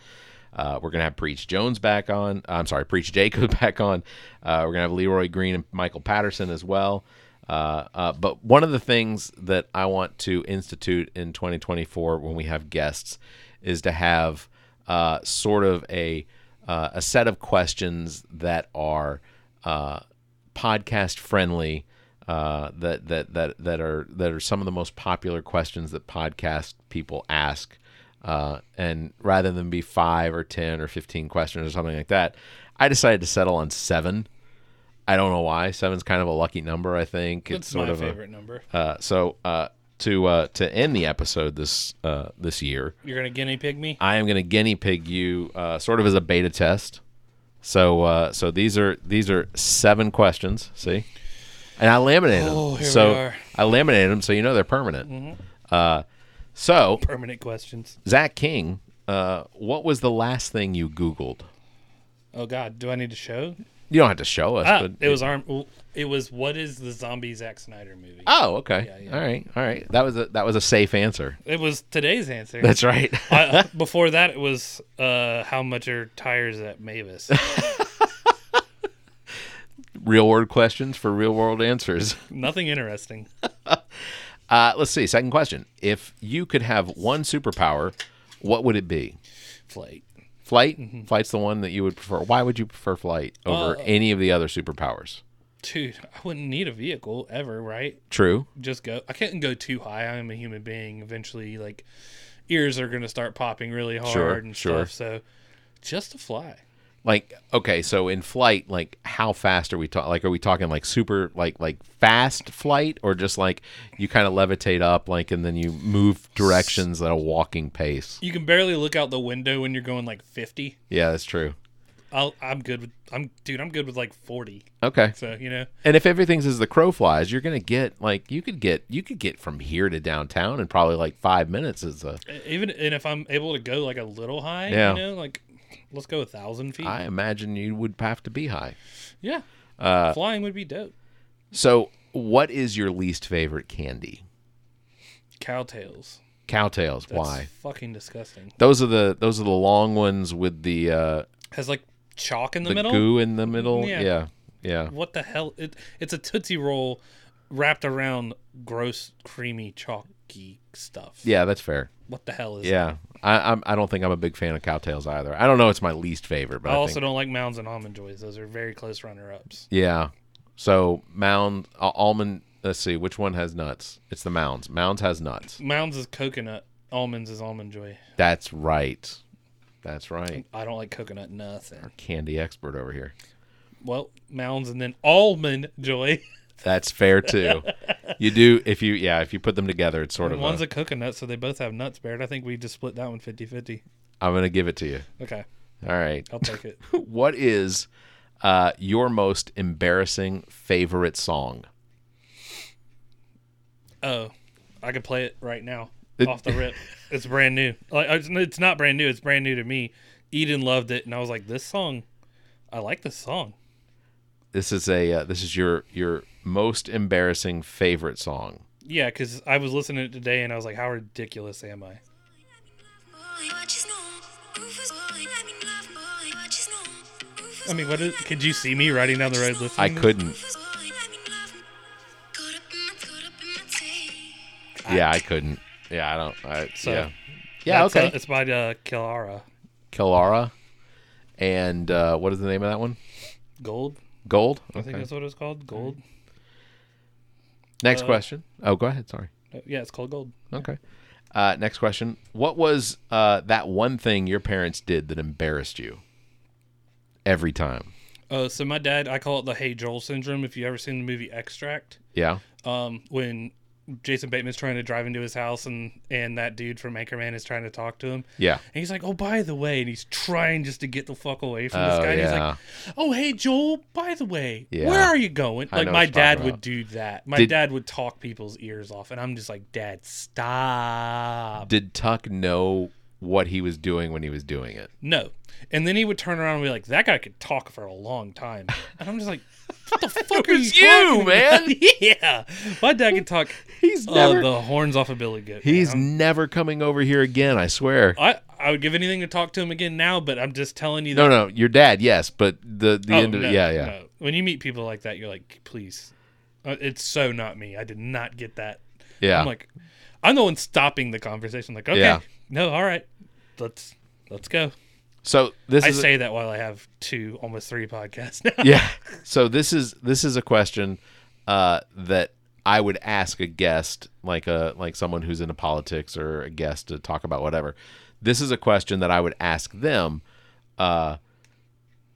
Speaker 2: Uh, we're gonna have Preach Jones back on. I'm sorry, Preach Jacob back on. Uh, we're gonna have Leroy Green and Michael Patterson as well. Uh, uh, but one of the things that I want to institute in 2024 when we have guests is to have uh, sort of a uh, a set of questions that are uh, podcast friendly. Uh, that that that that are that are some of the most popular questions that podcast people ask. Uh, and rather than be five or ten or fifteen questions or something like that, I decided to settle on seven. I don't know why. Seven's kind of a lucky number. I think
Speaker 3: That's my favorite number.
Speaker 2: Uh, so uh, to uh, to end the episode this uh, this year,
Speaker 3: You're going to guinea pig me?
Speaker 2: I am going to guinea pig you uh, sort of as a beta test. So uh, so these are these are seven questions. See, and I laminated
Speaker 3: Oh,
Speaker 2: them.
Speaker 3: here
Speaker 2: so
Speaker 3: we are.
Speaker 2: I laminated them so you know they're permanent.
Speaker 3: Mhm.
Speaker 2: Uh, so
Speaker 3: Permanent questions.
Speaker 2: Zach King, uh, what was the last thing you Googled?
Speaker 3: Oh, God. Do I need to show?
Speaker 2: You don't have to show us.
Speaker 3: Ah,
Speaker 2: but
Speaker 3: it was arm. It was what is the zombie Zack Snyder movie?
Speaker 2: Oh, okay. All right, all right. That was a that was a safe answer.
Speaker 3: It was today's answer.
Speaker 2: That's right.
Speaker 3: I- before that, it was uh, how much are tires at Mavis?
Speaker 2: Real world questions for real world answers.
Speaker 3: Nothing interesting.
Speaker 2: Uh, let's see. Second question: If you could have one superpower, what would it be?
Speaker 3: Flight.
Speaker 2: Flight. Flight's the one that you would prefer. Why would you prefer flight over
Speaker 3: Uh,
Speaker 2: any of the other superpowers?
Speaker 3: Dude, I wouldn't need a vehicle ever, right?
Speaker 2: True.
Speaker 3: Just go. I can't go too high. I'm a human being. Eventually, like ears are gonna start popping really hard
Speaker 2: Sure,
Speaker 3: and
Speaker 2: sure.
Speaker 3: stuff. So, just to fly.
Speaker 2: Like, okay, so in flight, like, how fast are we talking? Like, are we talking like super, like, like fast flight, or just like you kind of levitate up, like, and then you move directions at a walking pace?
Speaker 3: You can barely look out the window when you're going like 50.
Speaker 2: Yeah, that's true.
Speaker 3: I'll, I'm good with. I'm dude. I'm good with like 40.
Speaker 2: Okay.
Speaker 3: So you know.
Speaker 2: And if everything's as the crow flies, you're gonna get like you could get you could get from here to downtown in probably like five minutes. Is a
Speaker 3: even and if I'm able to go like a little high,
Speaker 2: Yeah.
Speaker 3: you know, like let's go a thousand feet.
Speaker 2: I imagine you would have to be high.
Speaker 3: yeah,
Speaker 2: Uh,
Speaker 3: flying would be dope.
Speaker 2: So, what is your least favorite candy?
Speaker 3: Cowtails.
Speaker 2: Cowtails.
Speaker 3: That's
Speaker 2: Why?
Speaker 3: Fucking disgusting.
Speaker 2: Those are the those are the long ones with the uh,
Speaker 3: Has like chalk in the,
Speaker 2: the
Speaker 3: middle.
Speaker 2: goo in the middle. Yeah, yeah.
Speaker 3: What the hell? It, it's a tootsie roll wrapped around gross, creamy, chalky stuff.
Speaker 2: yeah. That's fair.
Speaker 3: What the hell is?
Speaker 2: Yeah, I I'm, I don't think I'm a big fan of cowtails either. I don't know. It's my least favorite, but
Speaker 3: I
Speaker 2: I,
Speaker 3: also
Speaker 2: think,
Speaker 3: don't like mounds and almond joys. Those are very close runner-ups.
Speaker 2: yeah. So mound uh, almond. Let's see which one has nuts. It's the mounds. Mounds has nuts.
Speaker 3: Mounds is coconut. Almonds is almond joy.
Speaker 2: That's right. That's right.
Speaker 3: I don't like coconut nothing.
Speaker 2: Candy expert over here.
Speaker 3: Well, mounds and then almond joy.
Speaker 2: That's fair too. you do if you yeah if you put them together, it's sort
Speaker 3: And
Speaker 2: of.
Speaker 3: one's
Speaker 2: A,
Speaker 3: a coconut, so they both have nuts, Baird. I think we just split that one 50 50.
Speaker 2: I'm gonna give it to you.
Speaker 3: Okay.
Speaker 2: All right.
Speaker 3: I'll take it.
Speaker 2: what is uh, your most embarrassing favorite song?
Speaker 3: Oh, I could play it right now
Speaker 2: It-
Speaker 3: off the rip. It's brand new. Like it's- It's not brand new, it's brand new to me. Eden loved it, and I was like, this song, I like this song.
Speaker 2: This is a uh, this is your your most embarrassing favorite song.
Speaker 3: Yeah, because I was listening to it today, and I was like, how ridiculous am I? I mean, what is, could you see me riding down the road listening?
Speaker 2: I
Speaker 3: to this?
Speaker 2: couldn't. Yeah, I couldn't. Yeah, I don't. I,
Speaker 3: So,
Speaker 2: yeah, yeah.
Speaker 3: that's, uh,
Speaker 2: Okay.
Speaker 3: it's by uh, Kilara.
Speaker 2: Kilara, and uh, what is the name of that one?
Speaker 3: Gold.
Speaker 2: Gold.
Speaker 3: I think that's what it was called. Gold.
Speaker 2: Next
Speaker 3: uh,
Speaker 2: question. Oh, go ahead. Sorry.
Speaker 3: Uh, Yeah, it's called Gold.
Speaker 2: Okay. Uh, next question. What was uh, that one thing your parents did that embarrassed you every time?
Speaker 3: Uh, so my dad, I call it the Hey Joel syndrome. If you ever seen the movie Extract,
Speaker 2: Yeah.
Speaker 3: um, when Jason Bateman's trying to drive into his house and and that dude from Anchorman is trying to talk to him.
Speaker 2: Yeah.
Speaker 3: And he's like, "Oh, by the way," and he's trying just to get the fuck away from
Speaker 2: Oh,
Speaker 3: this guy. And He's
Speaker 2: yeah.
Speaker 3: like, "Oh, hey Joel, by the way,
Speaker 2: Yeah.
Speaker 3: where are you going?"
Speaker 2: I
Speaker 3: Like
Speaker 2: know
Speaker 3: my
Speaker 2: what you're talking
Speaker 3: dad would
Speaker 2: about.
Speaker 3: do that. My
Speaker 2: Did-
Speaker 3: dad would talk people's ears off, and I'm just like, "Dad, stop."
Speaker 2: Did Tuck know what he was doing when he was doing it?
Speaker 3: No. And then he would turn around and be like, "That guy could talk for a long time," and I'm just like, "What the fuck are
Speaker 2: was
Speaker 3: you,
Speaker 2: you,
Speaker 3: talking about?"
Speaker 2: man.
Speaker 3: yeah, my dad could talk.
Speaker 2: He's
Speaker 3: uh,
Speaker 2: never-
Speaker 3: the horns off a Billy Goat.
Speaker 2: He's never coming over here again, I swear.
Speaker 3: I I would give anything to talk to him again now, but I'm just telling you.
Speaker 2: No,
Speaker 3: that,
Speaker 2: no, your dad, yes, but the the
Speaker 3: Oh,
Speaker 2: end of
Speaker 3: no,
Speaker 2: yeah, yeah.
Speaker 3: no. When you meet people like that, you're like, "Please, Uh, it's so not me. I did not get that."
Speaker 2: Yeah.
Speaker 3: I'm like, I'm the one stopping the conversation. Like, okay,
Speaker 2: Yeah.
Speaker 3: no, all right, let's let's go.
Speaker 2: So this
Speaker 3: I
Speaker 2: is a-
Speaker 3: say that while I have two, almost three podcasts now.
Speaker 2: yeah. So this is this is a question uh, that I would ask a guest, like a like someone who's into politics or a guest to talk about whatever. This is a question that I would ask them, uh,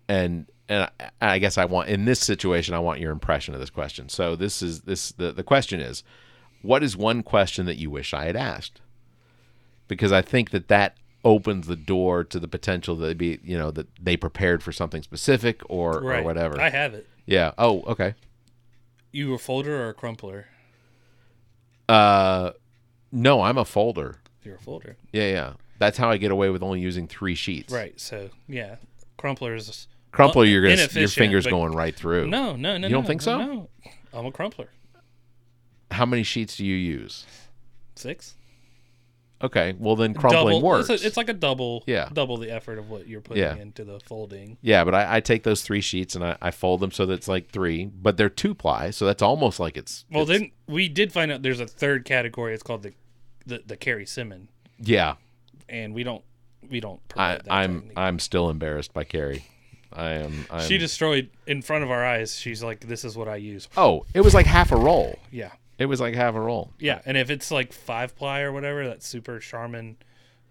Speaker 2: and and I, I guess I want in this situation I want your impression of this question. So this is this the the question is, what is one question that you wish I had asked? because I think that that opens the door to the potential that it be you know that they prepared for something specific or or
Speaker 3: Right.
Speaker 2: whatever.
Speaker 3: I have it.
Speaker 2: Yeah. Oh, okay.
Speaker 3: You a folder or a crumpler?
Speaker 2: Uh, no, I'm a folder.
Speaker 3: You're a folder.
Speaker 2: Yeah, yeah. That's how I get away with only using three sheets.
Speaker 3: Right. So yeah, crumplers
Speaker 2: Crumpler, you're gonna, your
Speaker 3: Uh, inefficient,
Speaker 2: fingers
Speaker 3: but-
Speaker 2: going right through.
Speaker 3: No, no, no.
Speaker 2: You don't
Speaker 3: no,
Speaker 2: think so?
Speaker 3: No, I'm a crumpler.
Speaker 2: How many sheets do you use?
Speaker 3: Six.
Speaker 2: Okay, well then crumpling
Speaker 3: double,
Speaker 2: works.
Speaker 3: It's, a- it's like a double.
Speaker 2: Yeah.
Speaker 3: Double the effort of what you're putting
Speaker 2: Yeah.
Speaker 3: into the folding.
Speaker 2: yeah, but I, I take those three sheets and I, I fold them so that it's like three, but they're two ply, so that's almost like it's
Speaker 3: Well, then we did find out there's a third category. It's called the the, the Carrie Simmon,
Speaker 2: yeah.
Speaker 3: and we don't we don't.
Speaker 2: I, I'm I'm still embarrassed by Carrie. I am. I'm,
Speaker 3: She destroyed in front of our eyes. She's like, "This is what I use."
Speaker 2: Oh, it was like half a roll.
Speaker 3: Yeah.
Speaker 2: It was like half a roll.
Speaker 3: Yeah, and if it's like five ply or whatever, that super Charmin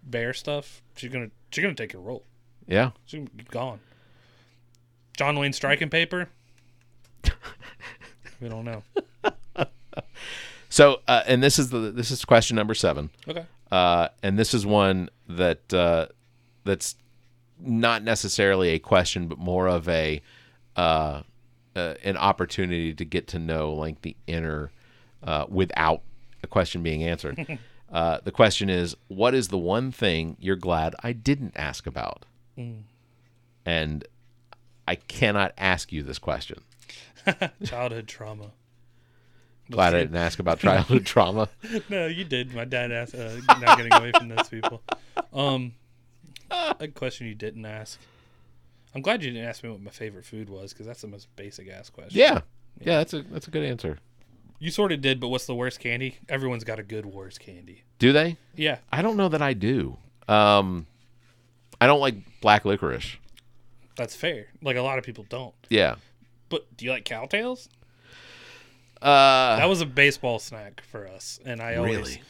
Speaker 3: bear stuff, she's gonna she's gonna take your roll.
Speaker 2: Yeah.
Speaker 3: She's gonna be gone. John Wayne striking paper. we don't know.
Speaker 2: So, uh, and this is the this is question number seven.
Speaker 3: Okay.
Speaker 2: Uh, and this is one that uh, that's not necessarily a question, but more of a uh, uh, an opportunity to get to know like the inner uh, without a question being answered. uh, the question is, what is the one thing you're glad I didn't ask about?
Speaker 3: Mm.
Speaker 2: And I cannot ask you this question.
Speaker 3: Childhood trauma.
Speaker 2: Glad I didn't ask about childhood trauma.
Speaker 3: no, you did. My dad asked, uh, not getting away from those people. Um, a question you didn't ask. I'm glad you didn't ask me what my favorite food was because that's the most basic ass question.
Speaker 2: Yeah. Yeah, that's a that's a good answer.
Speaker 3: You sort of did, but what's the worst candy? Everyone's got a good worst candy.
Speaker 2: Do they?
Speaker 3: Yeah.
Speaker 2: I don't know that I do. Um, I don't like black licorice.
Speaker 3: That's fair. Like a lot of people don't.
Speaker 2: Yeah.
Speaker 3: But do you like cowtails?
Speaker 2: Uh,
Speaker 3: that was a baseball snack for us, and I always,
Speaker 2: Really?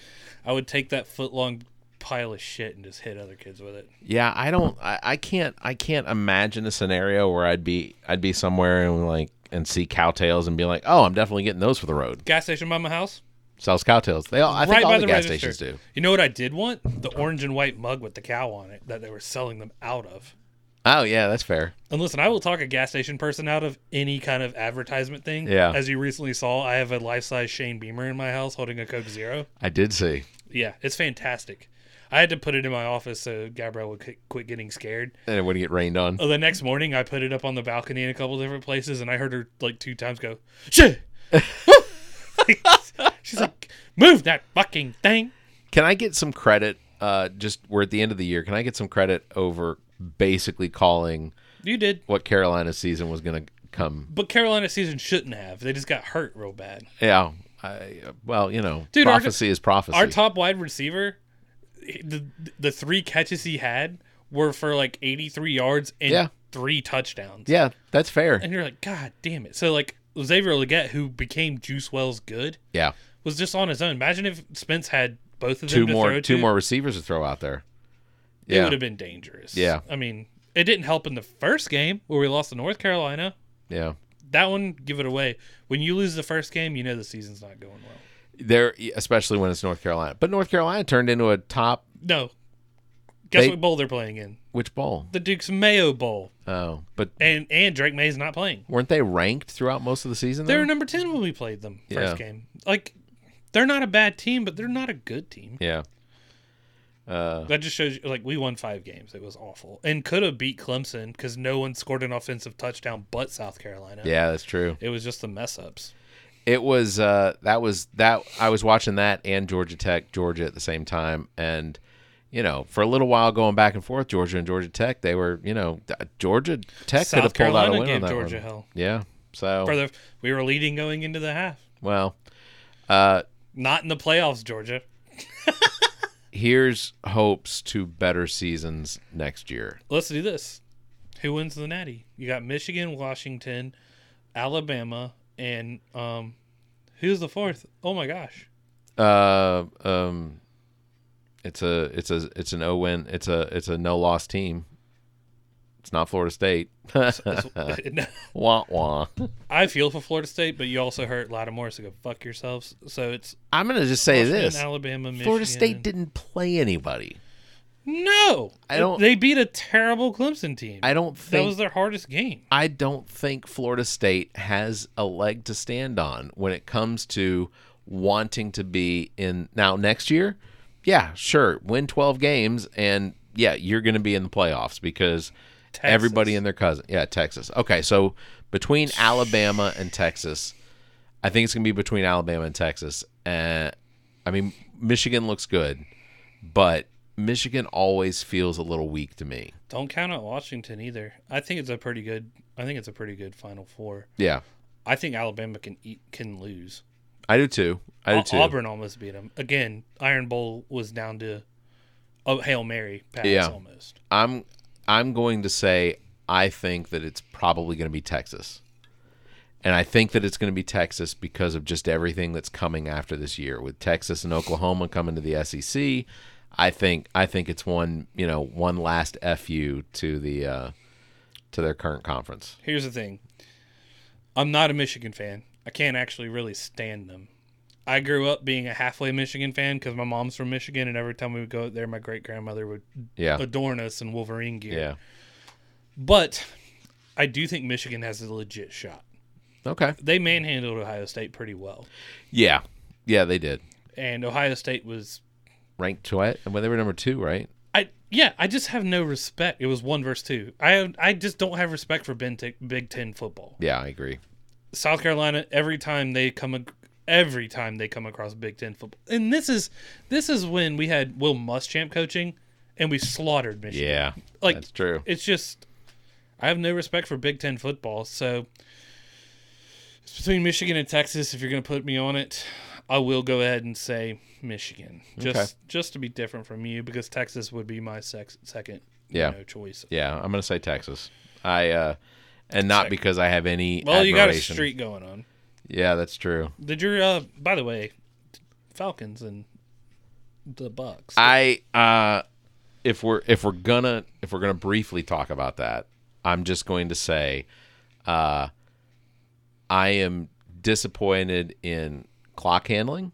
Speaker 3: I would take that foot long pile of shit and just hit other kids with it.
Speaker 2: Yeah, I don't. I, I can't. I can't imagine a scenario where I'd be. I'd be somewhere and like and see cowtails and be like, oh, I'm definitely getting those for the road.
Speaker 3: Gas station by my house.
Speaker 2: Sells cowtails. They all. I think all the, gas
Speaker 3: register.
Speaker 2: stations do.
Speaker 3: You know what I did want? The orange and white mug with the cow on it that they were selling them out of.
Speaker 2: Oh yeah, that's fair.
Speaker 3: And listen, I will talk a gas station person out of any kind of advertisement thing.
Speaker 2: Yeah.
Speaker 3: As you recently saw, I have a life size Shane Beamer in my house holding a Coke Zero.
Speaker 2: I did see.
Speaker 3: Yeah, it's fantastic. I had to put it in my office so Gabrielle would qu- quit getting scared.
Speaker 2: And it wouldn't get rained on.
Speaker 3: Uh, the next morning, I put it up on the balcony in a couple different places, and I heard her like two times go, "Shit!" She's like, "Move that fucking thing."
Speaker 2: Can I get some credit? Uh, just we're at the end of the year. Can I get some credit over basically calling
Speaker 3: You did,
Speaker 2: what Carolina's season was going to come?
Speaker 3: but Carolina season shouldn't have. They just got hurt real bad.
Speaker 2: Yeah. I, well, you know,
Speaker 3: Dude, our-
Speaker 2: prophecy is prophecy.
Speaker 3: Our top wide receiver, the the three catches he had were for like eighty three yards and
Speaker 2: Yeah.
Speaker 3: three touchdowns.
Speaker 2: yeah, that's fair.
Speaker 3: and you're like, God damn it! So like Xavier Leggett, who became Juice Wells good,
Speaker 2: Yeah.
Speaker 3: was just on his own. Imagine if Spence had both of them
Speaker 2: two
Speaker 3: to
Speaker 2: more
Speaker 3: throw
Speaker 2: two
Speaker 3: to.
Speaker 2: more receivers to throw out there.
Speaker 3: It would have been dangerous.
Speaker 2: Yeah.
Speaker 3: I mean, it didn't help in the first game where we lost to North Carolina.
Speaker 2: Yeah.
Speaker 3: That one, give it away. When you lose the first game, you know the season's not going well.
Speaker 2: There especially when it's North Carolina. But North Carolina turned into a top
Speaker 3: No. Guess
Speaker 2: They-
Speaker 3: what bowl they're playing in?
Speaker 2: which bowl?
Speaker 3: The Duke's Mayo Bowl.
Speaker 2: Oh, but
Speaker 3: And and Drake May's not playing.
Speaker 2: weren't they ranked throughout most of the season?
Speaker 3: They
Speaker 2: though?
Speaker 3: were number ten when we played them first
Speaker 2: Yeah.
Speaker 3: game. Like they're not a bad team, but they're not a good team.
Speaker 2: Yeah. Uh,
Speaker 3: That just shows you, like, we won five games. It was awful. And could have beat Clemson because no one scored an offensive touchdown but South Carolina.
Speaker 2: Yeah, that's true.
Speaker 3: It was just the mess ups.
Speaker 2: It was uh, that was that I was watching that and Georgia Tech Georgia at the same time and you know for a little while going back and forth Georgia and Georgia Tech they were you know th- Georgia Tech
Speaker 3: South
Speaker 2: could have pulled out a
Speaker 3: Carolina
Speaker 2: win on
Speaker 3: gave
Speaker 2: that
Speaker 3: Georgia
Speaker 2: one.
Speaker 3: hell.
Speaker 2: Yeah, so
Speaker 3: For the, we were leading going into the half.
Speaker 2: well, uh,
Speaker 3: Not in the playoffs, Georgia.
Speaker 2: here's hopes to better seasons next year.
Speaker 3: Let's do this. Who wins the natty? You got Michigan, Washington, Alabama, and um, who's the fourth? Oh my gosh.
Speaker 2: Uh, um, it's a it's a it's an O win. It's a it's a no loss team. It's not Florida State. wah wah.
Speaker 3: I feel for Florida State, but you also hurt Lattimore, so go fuck yourselves. So it's.
Speaker 2: I'm gonna just say
Speaker 3: Washington,
Speaker 2: this:
Speaker 3: Alabama,
Speaker 2: Florida
Speaker 3: Michigan,
Speaker 2: State
Speaker 3: and-
Speaker 2: didn't play anybody.
Speaker 3: No,
Speaker 2: I don't-
Speaker 3: They beat a terrible Clemson team.
Speaker 2: I don't
Speaker 3: that
Speaker 2: think-
Speaker 3: was their hardest game.
Speaker 2: I don't think Florida State has a leg to stand on when it comes to wanting to be in now next year. Yeah, sure, win 12 games and yeah, you're going to be in the playoffs because Everybody and their cousin. Yeah, Texas. Okay, so between Alabama and Texas, I think it's gonna be between Alabama and Texas. Uh, I mean, Michigan looks good, but Michigan always feels a little weak to me.
Speaker 3: Don't count out Washington either. I think it's a pretty good. I think it's a pretty good Final Four.
Speaker 2: Yeah.
Speaker 3: I think Alabama can eat, can lose.
Speaker 2: I do too. I do
Speaker 3: Au-
Speaker 2: too.
Speaker 3: Auburn almost beat them again. Iron Bowl was down to a hail mary pass almost.
Speaker 2: I'm I'm going to say I think that it's probably going to be Texas. And I think that it's going to be Texas because of just everything that's coming after this year with Texas and Oklahoma coming to the SEC. I think I think it's one, you know, one last FU to the uh to their current conference.
Speaker 3: Here's the thing. I'm not a Michigan fan. I can't actually really stand them. I grew up being a halfway Michigan fan because my mom's from Michigan, and every time we would go out there, my great grandmother would
Speaker 2: Yeah.
Speaker 3: adorn us in Wolverine gear.
Speaker 2: Yeah.
Speaker 3: But I do think Michigan has a legit shot.
Speaker 2: Okay.
Speaker 3: They manhandled Ohio State pretty well,
Speaker 2: Yeah. Yeah, they did.
Speaker 3: and Ohio State was
Speaker 2: Ranked to it. Well, they were number 2, right?
Speaker 3: I yeah, I just have no respect. It was one versus two. I have, I just don't have respect for Ben T- Big Ten football.
Speaker 2: Yeah, I agree.
Speaker 3: South Carolina every time they come ac- every time they come across Big Ten football, and this is this is when we had Will Muschamp coaching, and we slaughtered Michigan.
Speaker 2: Yeah,
Speaker 3: like
Speaker 2: that's true.
Speaker 3: It's just I have no respect for Big Ten football, so it's between Michigan and Texas. If you're going to put me on it, I will go ahead and say Michigan, just
Speaker 2: Okay.
Speaker 3: just to be different from you, because Texas would be my sex- second. you
Speaker 2: Yeah.
Speaker 3: know, choice.
Speaker 2: Yeah, I'm going to say Texas. I uh and not because I have any
Speaker 3: Well, you got a
Speaker 2: admiration.
Speaker 3: streak going on.
Speaker 2: Yeah, that's true.
Speaker 3: Did your uh by the way, Falcons and the Bucks.
Speaker 2: I uh if we're if we're gonna if we're gonna briefly talk about that, I'm just going to say uh I am disappointed in clock handling.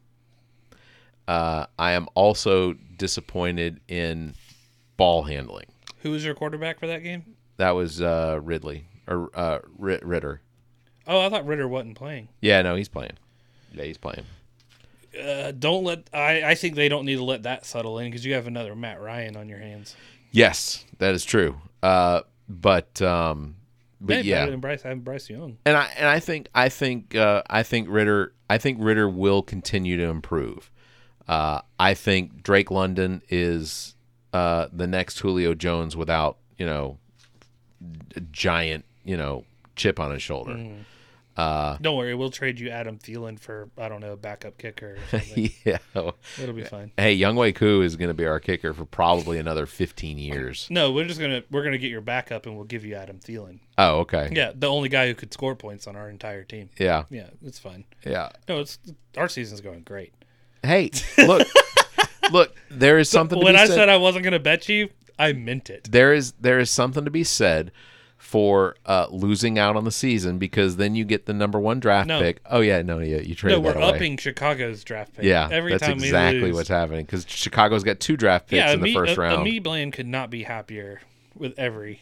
Speaker 2: Uh I am also disappointed in ball handling.
Speaker 3: Who was your quarterback for that game?
Speaker 2: That was uh Ridley or uh Ri- Ritter.
Speaker 3: Oh, I thought Ritter wasn't playing.
Speaker 2: Yeah, no, he's playing. Yeah, he's playing.
Speaker 3: Uh, don't let I I think they don't need to let that settle in because you have another Matt Ryan on your hands.
Speaker 2: Yes, that is true. Uh but um but
Speaker 3: Hey,
Speaker 2: yeah.
Speaker 3: better than Bryce having Bryce Young.
Speaker 2: And I and I think I think uh, I think Ritter I think Ritter will continue to improve. Uh, I think Drake London is uh, the next Julio Jones without you know a giant you know chip on his shoulder.
Speaker 3: Mm.
Speaker 2: Uh,
Speaker 3: Don't worry, we'll trade you Adam Thielen for I don't know a backup kicker. Or something.
Speaker 2: yeah,
Speaker 3: it'll be fine.
Speaker 2: Hey, Youngway Koo is going to be our kicker for probably another fifteen years.
Speaker 3: No, we're just gonna we're gonna get your backup and we'll give you Adam Thielen.
Speaker 2: Oh, okay.
Speaker 3: Yeah, the only guy who could score points on our entire team.
Speaker 2: Yeah.
Speaker 3: yeah, it's fine.
Speaker 2: Yeah.
Speaker 3: no, it's our season's going great.
Speaker 2: Hey, look, look, there is something. to
Speaker 3: when
Speaker 2: be
Speaker 3: I
Speaker 2: said.
Speaker 3: said I wasn't gonna bet you, I meant it.
Speaker 2: there is there is something to be said for uh, losing out on the season because then you get the number one draft
Speaker 3: No.
Speaker 2: pick. Oh yeah, no, yeah, you
Speaker 3: No,
Speaker 2: traded
Speaker 3: we're
Speaker 2: that away.
Speaker 3: upping Chicago's draft pick.
Speaker 2: yeah,
Speaker 3: every
Speaker 2: that's
Speaker 3: time
Speaker 2: exactly
Speaker 3: we lose.
Speaker 2: what's happening because Chicago's got two draft picks
Speaker 3: yeah, uh,
Speaker 2: in the
Speaker 3: Ami-
Speaker 2: first
Speaker 3: A-
Speaker 2: round.
Speaker 3: Ami Bland could not be happier with every.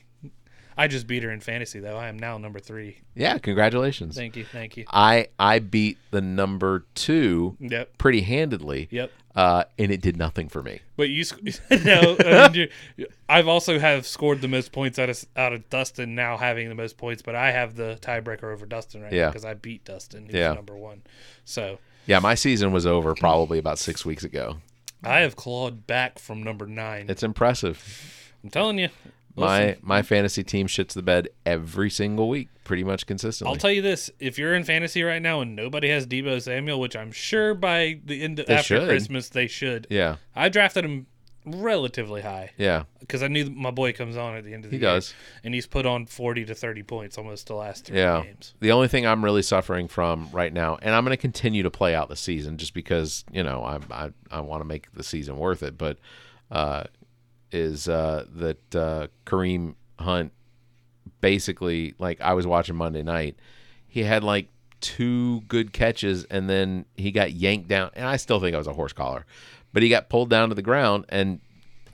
Speaker 3: I just beat her in fantasy though. I am now number three.
Speaker 2: yeah, congratulations.
Speaker 3: Thank you, thank you.
Speaker 2: I I beat the number two
Speaker 3: Yep.
Speaker 2: pretty handedly.
Speaker 3: Yep.
Speaker 2: Uh, and it did nothing for me.
Speaker 3: But you sc- no. I mean, you- I've also have scored the most points out of out of Dustin now having the most points, but I have the tiebreaker over Dustin right
Speaker 2: Yeah.
Speaker 3: now because I beat Dustin, who's
Speaker 2: Yeah.
Speaker 3: number one. So
Speaker 2: Yeah, my season was over probably about six weeks ago.
Speaker 3: I have clawed back from number nine.
Speaker 2: It's impressive.
Speaker 3: I'm telling you.
Speaker 2: My
Speaker 3: Listen,
Speaker 2: my fantasy team shits the bed every single week, pretty much consistently.
Speaker 3: I'll tell you this: if you're in fantasy right now and nobody has Debo Samuel, which I'm sure by the end of
Speaker 2: They
Speaker 3: after
Speaker 2: should.
Speaker 3: Christmas they should.
Speaker 2: Yeah.
Speaker 3: I drafted him relatively high.
Speaker 2: Yeah.
Speaker 3: because I knew that my boy comes on at the end of the
Speaker 2: He
Speaker 3: year,
Speaker 2: does.
Speaker 3: and he's put on forty to thirty points almost the last three
Speaker 2: yeah.
Speaker 3: games.
Speaker 2: The only thing I'm really suffering from right now, and I'm going to continue to play out the season just because you know I I, I want to make the season worth it, but uh, is uh, that uh, Kareem Hunt basically like I was watching Monday night, he had like two good catches and then he got yanked down, and I still think I was a horse collar, but he got pulled down to the ground and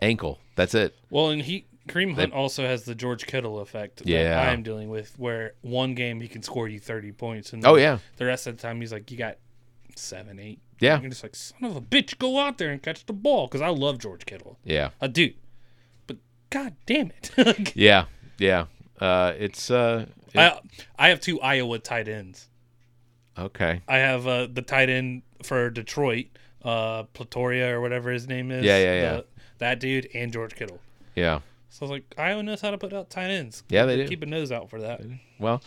Speaker 2: ankle. That's it.
Speaker 3: Well, and he Kareem
Speaker 2: They-
Speaker 3: Hunt also has the George Kittle effect
Speaker 2: Yeah.
Speaker 3: that I am dealing with, where one game he can score you thirty points, and
Speaker 2: Oh, yeah.
Speaker 3: the rest of the time he's like, you got seven, eight.
Speaker 2: Yeah.
Speaker 3: you're just like, son of a bitch, go out there and catch the ball because I love George Kittle.
Speaker 2: Yeah.
Speaker 3: I do, but god damn it, Like,
Speaker 2: Yeah. Yeah. Uh, it's uh, it-
Speaker 3: I I have two Iowa tight ends.
Speaker 2: okay.
Speaker 3: I have uh, the tight end for Detroit, uh, Platoria or whatever his name is.
Speaker 2: Yeah, yeah, yeah.
Speaker 3: the- that dude and George Kittle.
Speaker 2: Yeah.
Speaker 3: So I was like, Iowa knows how to put out tight ends.
Speaker 2: Yeah, they do.
Speaker 3: Keep a nose out for that.
Speaker 2: Well,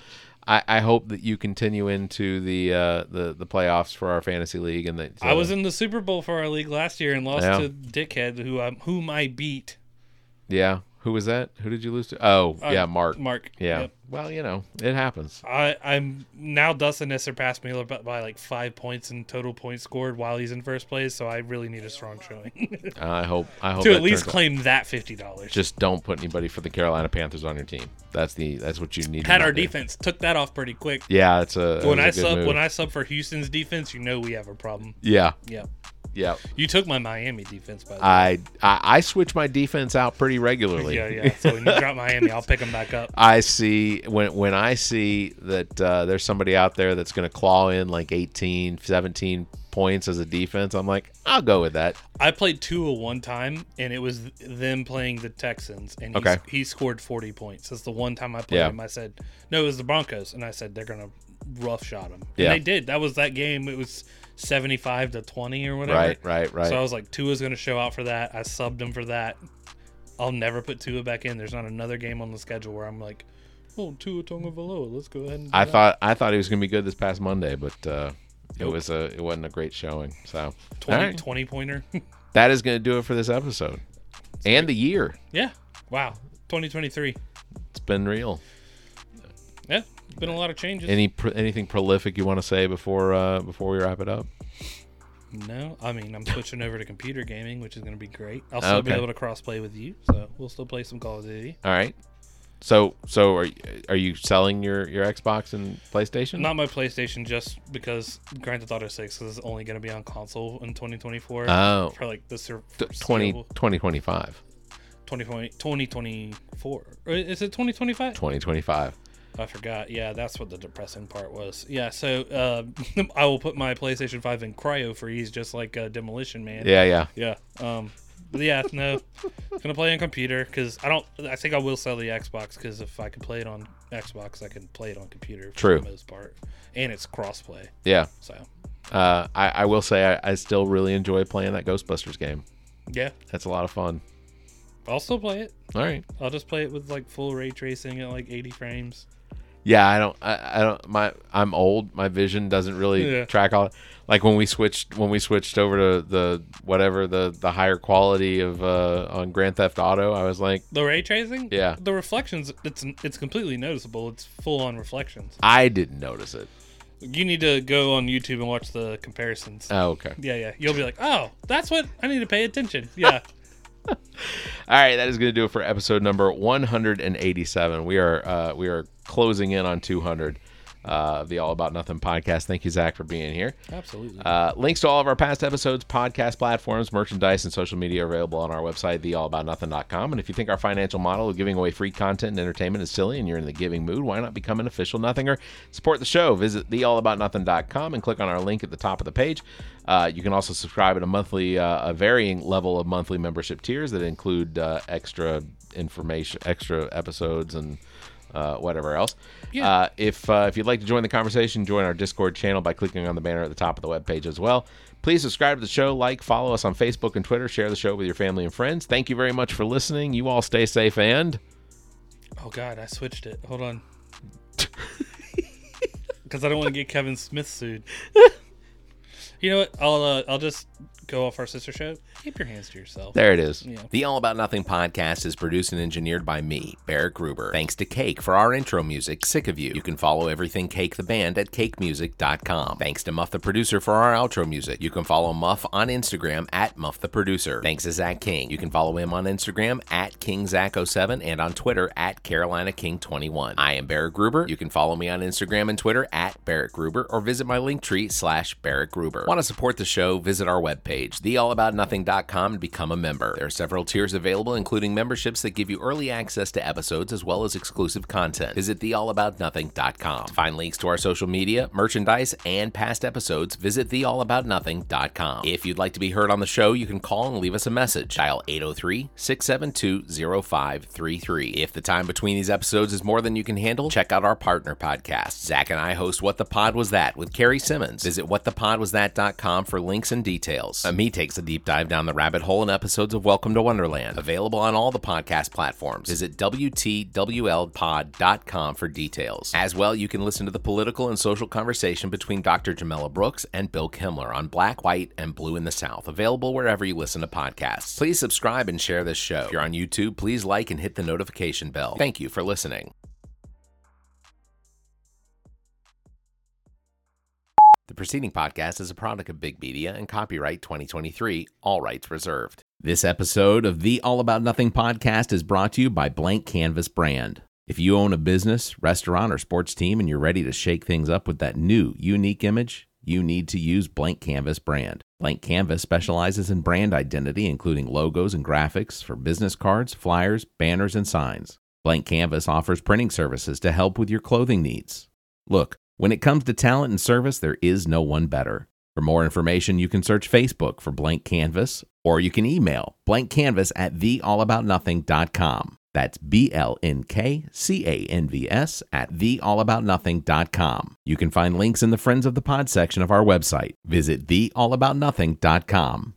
Speaker 2: I, I hope that you continue into the uh, the the playoffs for our fantasy league and that uh,
Speaker 3: I was in the Super Bowl for our league last year and lost
Speaker 2: Yeah.
Speaker 3: to Dickhead, who I, whom I beat.
Speaker 2: Yeah. Who was that? Who did you lose to? Oh,
Speaker 3: Uh,
Speaker 2: yeah, Mark.
Speaker 3: Mark,
Speaker 2: Yeah.
Speaker 3: yep.
Speaker 2: Well, you know, it happens.
Speaker 3: I, I'm now Dustin has surpassed me by- by like five points in total points scored while he's in first place. So I really need a strong showing
Speaker 2: I hope. I hope
Speaker 3: to
Speaker 2: Oh, that
Speaker 3: at least
Speaker 2: turns out.
Speaker 3: claim that fifty dollars.
Speaker 2: Just don't put anybody for the Carolina Panthers on your team. That's the that's what you need. to
Speaker 3: Had
Speaker 2: not
Speaker 3: our
Speaker 2: do.
Speaker 3: defense took that off pretty quick.
Speaker 2: Yeah, it's a- it
Speaker 3: when
Speaker 2: was a
Speaker 3: I
Speaker 2: good
Speaker 3: sub
Speaker 2: move.
Speaker 3: when I sub for Houston's defense, you know we have a problem.
Speaker 2: Yeah.
Speaker 3: yeah,
Speaker 2: Yeah.
Speaker 3: You took my Miami defense by the way.
Speaker 2: I, I I switch my defense out pretty regularly.
Speaker 3: Yeah, yeah. So when you drop Miami, I'll pick them back up.
Speaker 2: I see when when I see that uh, there's somebody out there that's going to claw in like 18, 17 points as a defense. I'm like, I'll go with that.
Speaker 3: I played Tua one time, and it was them playing the Texans, and he,
Speaker 2: Okay.
Speaker 3: he scored 40 points. That's the one time I played
Speaker 2: Yeah.
Speaker 3: him. I said, no, it was the Broncos, and I said they're gonna rough shot him,
Speaker 2: Yeah.
Speaker 3: and they did. That was that game. It was 75 to 20 or whatever.
Speaker 2: Right, right, right.
Speaker 3: So I was like, Tua's gonna show out for that. I subbed him for that. I'll never put Tua back in. There's not another game on the schedule where I'm like, oh, Tua Tonga Valoa, let's go ahead. and do
Speaker 2: I
Speaker 3: that."
Speaker 2: thought I thought he was going to be good this past Monday, but uh, it was a it wasn't a great showing. So
Speaker 3: 20,
Speaker 2: All right.
Speaker 3: 20 pointer.
Speaker 2: that is going to do it for this episode and the year.
Speaker 3: yeah. Wow. 2023.
Speaker 2: It's been real.
Speaker 3: Yeah. Been a lot of changes.
Speaker 2: Any pr- anything prolific you want to say before uh, before we wrap it up?
Speaker 3: No, I mean I'm switching over to computer gaming, which is going to be great. I'll still be
Speaker 2: Okay.
Speaker 3: able to cross play with you, so we'll still play some Call of Duty.
Speaker 2: All right. So so are y- are you selling your your Xbox and PlayStation?
Speaker 3: Not my PlayStation, just because Grand Theft Auto Six is only going to be on console in 2024.
Speaker 2: Oh.
Speaker 3: for like the sur-
Speaker 2: T- 20,
Speaker 3: foreseeable-
Speaker 2: 2025.
Speaker 3: 2020 2024. Or Is it 2025?
Speaker 2: 2025.
Speaker 3: I forgot. Yeah, that's what the depressing part was. Yeah, so uh, I will put my PlayStation 5 in cryo freeze just like uh, Demolition Man.
Speaker 2: Yeah, yeah.
Speaker 3: Yeah. Um, but yeah, no. Gonna play on computer because I don't. I think I will sell the Xbox because if I can play it on Xbox, I can play it on computer for
Speaker 2: True.
Speaker 3: the most part. And it's crossplay.
Speaker 2: Yeah.
Speaker 3: So,
Speaker 2: Uh, I, I will say I, I still really enjoy playing that Ghostbusters game.
Speaker 3: Yeah.
Speaker 2: That's a lot of fun.
Speaker 3: I'll still play it.
Speaker 2: All right.
Speaker 3: I'll just play it with like full ray tracing at like 80 frames.
Speaker 2: Yeah, I don't I, I don't my I'm old. My vision doesn't really
Speaker 3: Yeah.
Speaker 2: track all like when we switched when we switched over to the whatever the the higher quality of uh on Grand Theft Auto, I was like
Speaker 3: The ray tracing?
Speaker 2: Yeah.
Speaker 3: The reflections, it's it's completely noticeable. It's full on reflections.
Speaker 2: I didn't notice it.
Speaker 3: You need to go on YouTube and watch the comparisons.
Speaker 2: Oh, okay.
Speaker 3: Yeah, yeah. You'll be like, oh, that's what I need to pay attention. Yeah.
Speaker 2: All right, that is going to do it for episode number 187. We are uh, we are closing in on 200 uh, of the All About Nothing podcast. Thank you, Zach, for being here.
Speaker 3: Absolutely.
Speaker 2: Uh, links to all of our past episodes, podcast platforms, merchandise, and social media are available on our website, theallaboutnothing.com. And if you think our financial model of giving away free content and entertainment is silly and you're in the giving mood, why not become an official nothinger? Support the show. Visit theallaboutnothing.com and click on our link at the top of the page. Uh, you can also subscribe at a monthly, uh, a varying level of monthly membership tiers that include uh, extra information, extra episodes, and uh, whatever else.
Speaker 15: Yeah.
Speaker 2: Uh, if uh, if you'd like to join the conversation, join our Discord channel by clicking on the banner at the top of the webpage as well. Please subscribe to the show, like, follow us on Facebook and Twitter, share the show with your family and friends. Thank you very much for listening. You all stay safe and
Speaker 3: Oh God, I switched it. Hold on. Because I don't want to get Kevin Smith sued. You know what? I'll uh, I'll just go off our sister show. Keep your hands to yourself.
Speaker 2: there it is.
Speaker 3: Yeah.
Speaker 15: The All About Nothing podcast is produced and engineered by me, Barrett Gruber. Thanks to Cake for our intro music, Sick of You. You can follow everything Cake the Band at cakemusic.com. Thanks to Muff the Producer for our outro music. You can follow Muff on Instagram at Muff the Producer. Thanks to Zach King. You can follow him on Instagram at KingZach07 and on Twitter at Carolina King21. I am Barrett Gruber. You can follow me on Instagram and Twitter at Barrett Gruber or visit my link tree slash Barrett Gruber. Want to support the show? Visit our webpage
Speaker 2: page, theallaboutnothing.com, and become a member. There are several tiers available, including memberships that give you early access to episodes as well as exclusive content. Visit theallaboutnothing.com. To find links to our social media, merchandise, and past episodes, visit theallaboutnothing.com. If you'd like to be heard on the show, you can call and leave us a message. Dial 803-672-0533. If the time between these episodes is more than you can handle, check out our partner podcast. Zach and I host What the Pod Was That with Carrie Simmons. Visit whatthepodwasthat.com for links and details. Ami takes a deep dive down the rabbit hole in episodes of Welcome to Wonderland, available on all the podcast platforms. Visit wtwlpod.com for details. As well, you can listen to the political and social conversation between Dr. Jamela Brooks and Bill Kimmler on Black, White, and Blue in the South, available wherever you listen to podcasts. Please subscribe and share this show. If you're on YouTube, please like and hit the notification bell. Thank you for listening. The preceding podcast is a product of Big Media and copyright 2023, all rights reserved. This episode of the All About Nothing podcast is brought to you by Blank Canvas Brand. If you own a business, restaurant, or sports team and you're ready to shake things up with that new, unique image, you need to use Blank Canvas Brand. Blank Canvas specializes in brand identity, including logos and graphics for business cards, flyers, banners, and signs. Blank Canvas offers printing services to help with your clothing needs. Look, when it comes to talent and service, there is no one better. For more information, you can search Facebook for Blank Canvas or you can email blankcanvas at theallaboutnothing.com. That's B L N K C A N V S at theallaboutnothing.com. You can find links in the Friends of the Pod section of our website. Visit theallaboutnothing.com.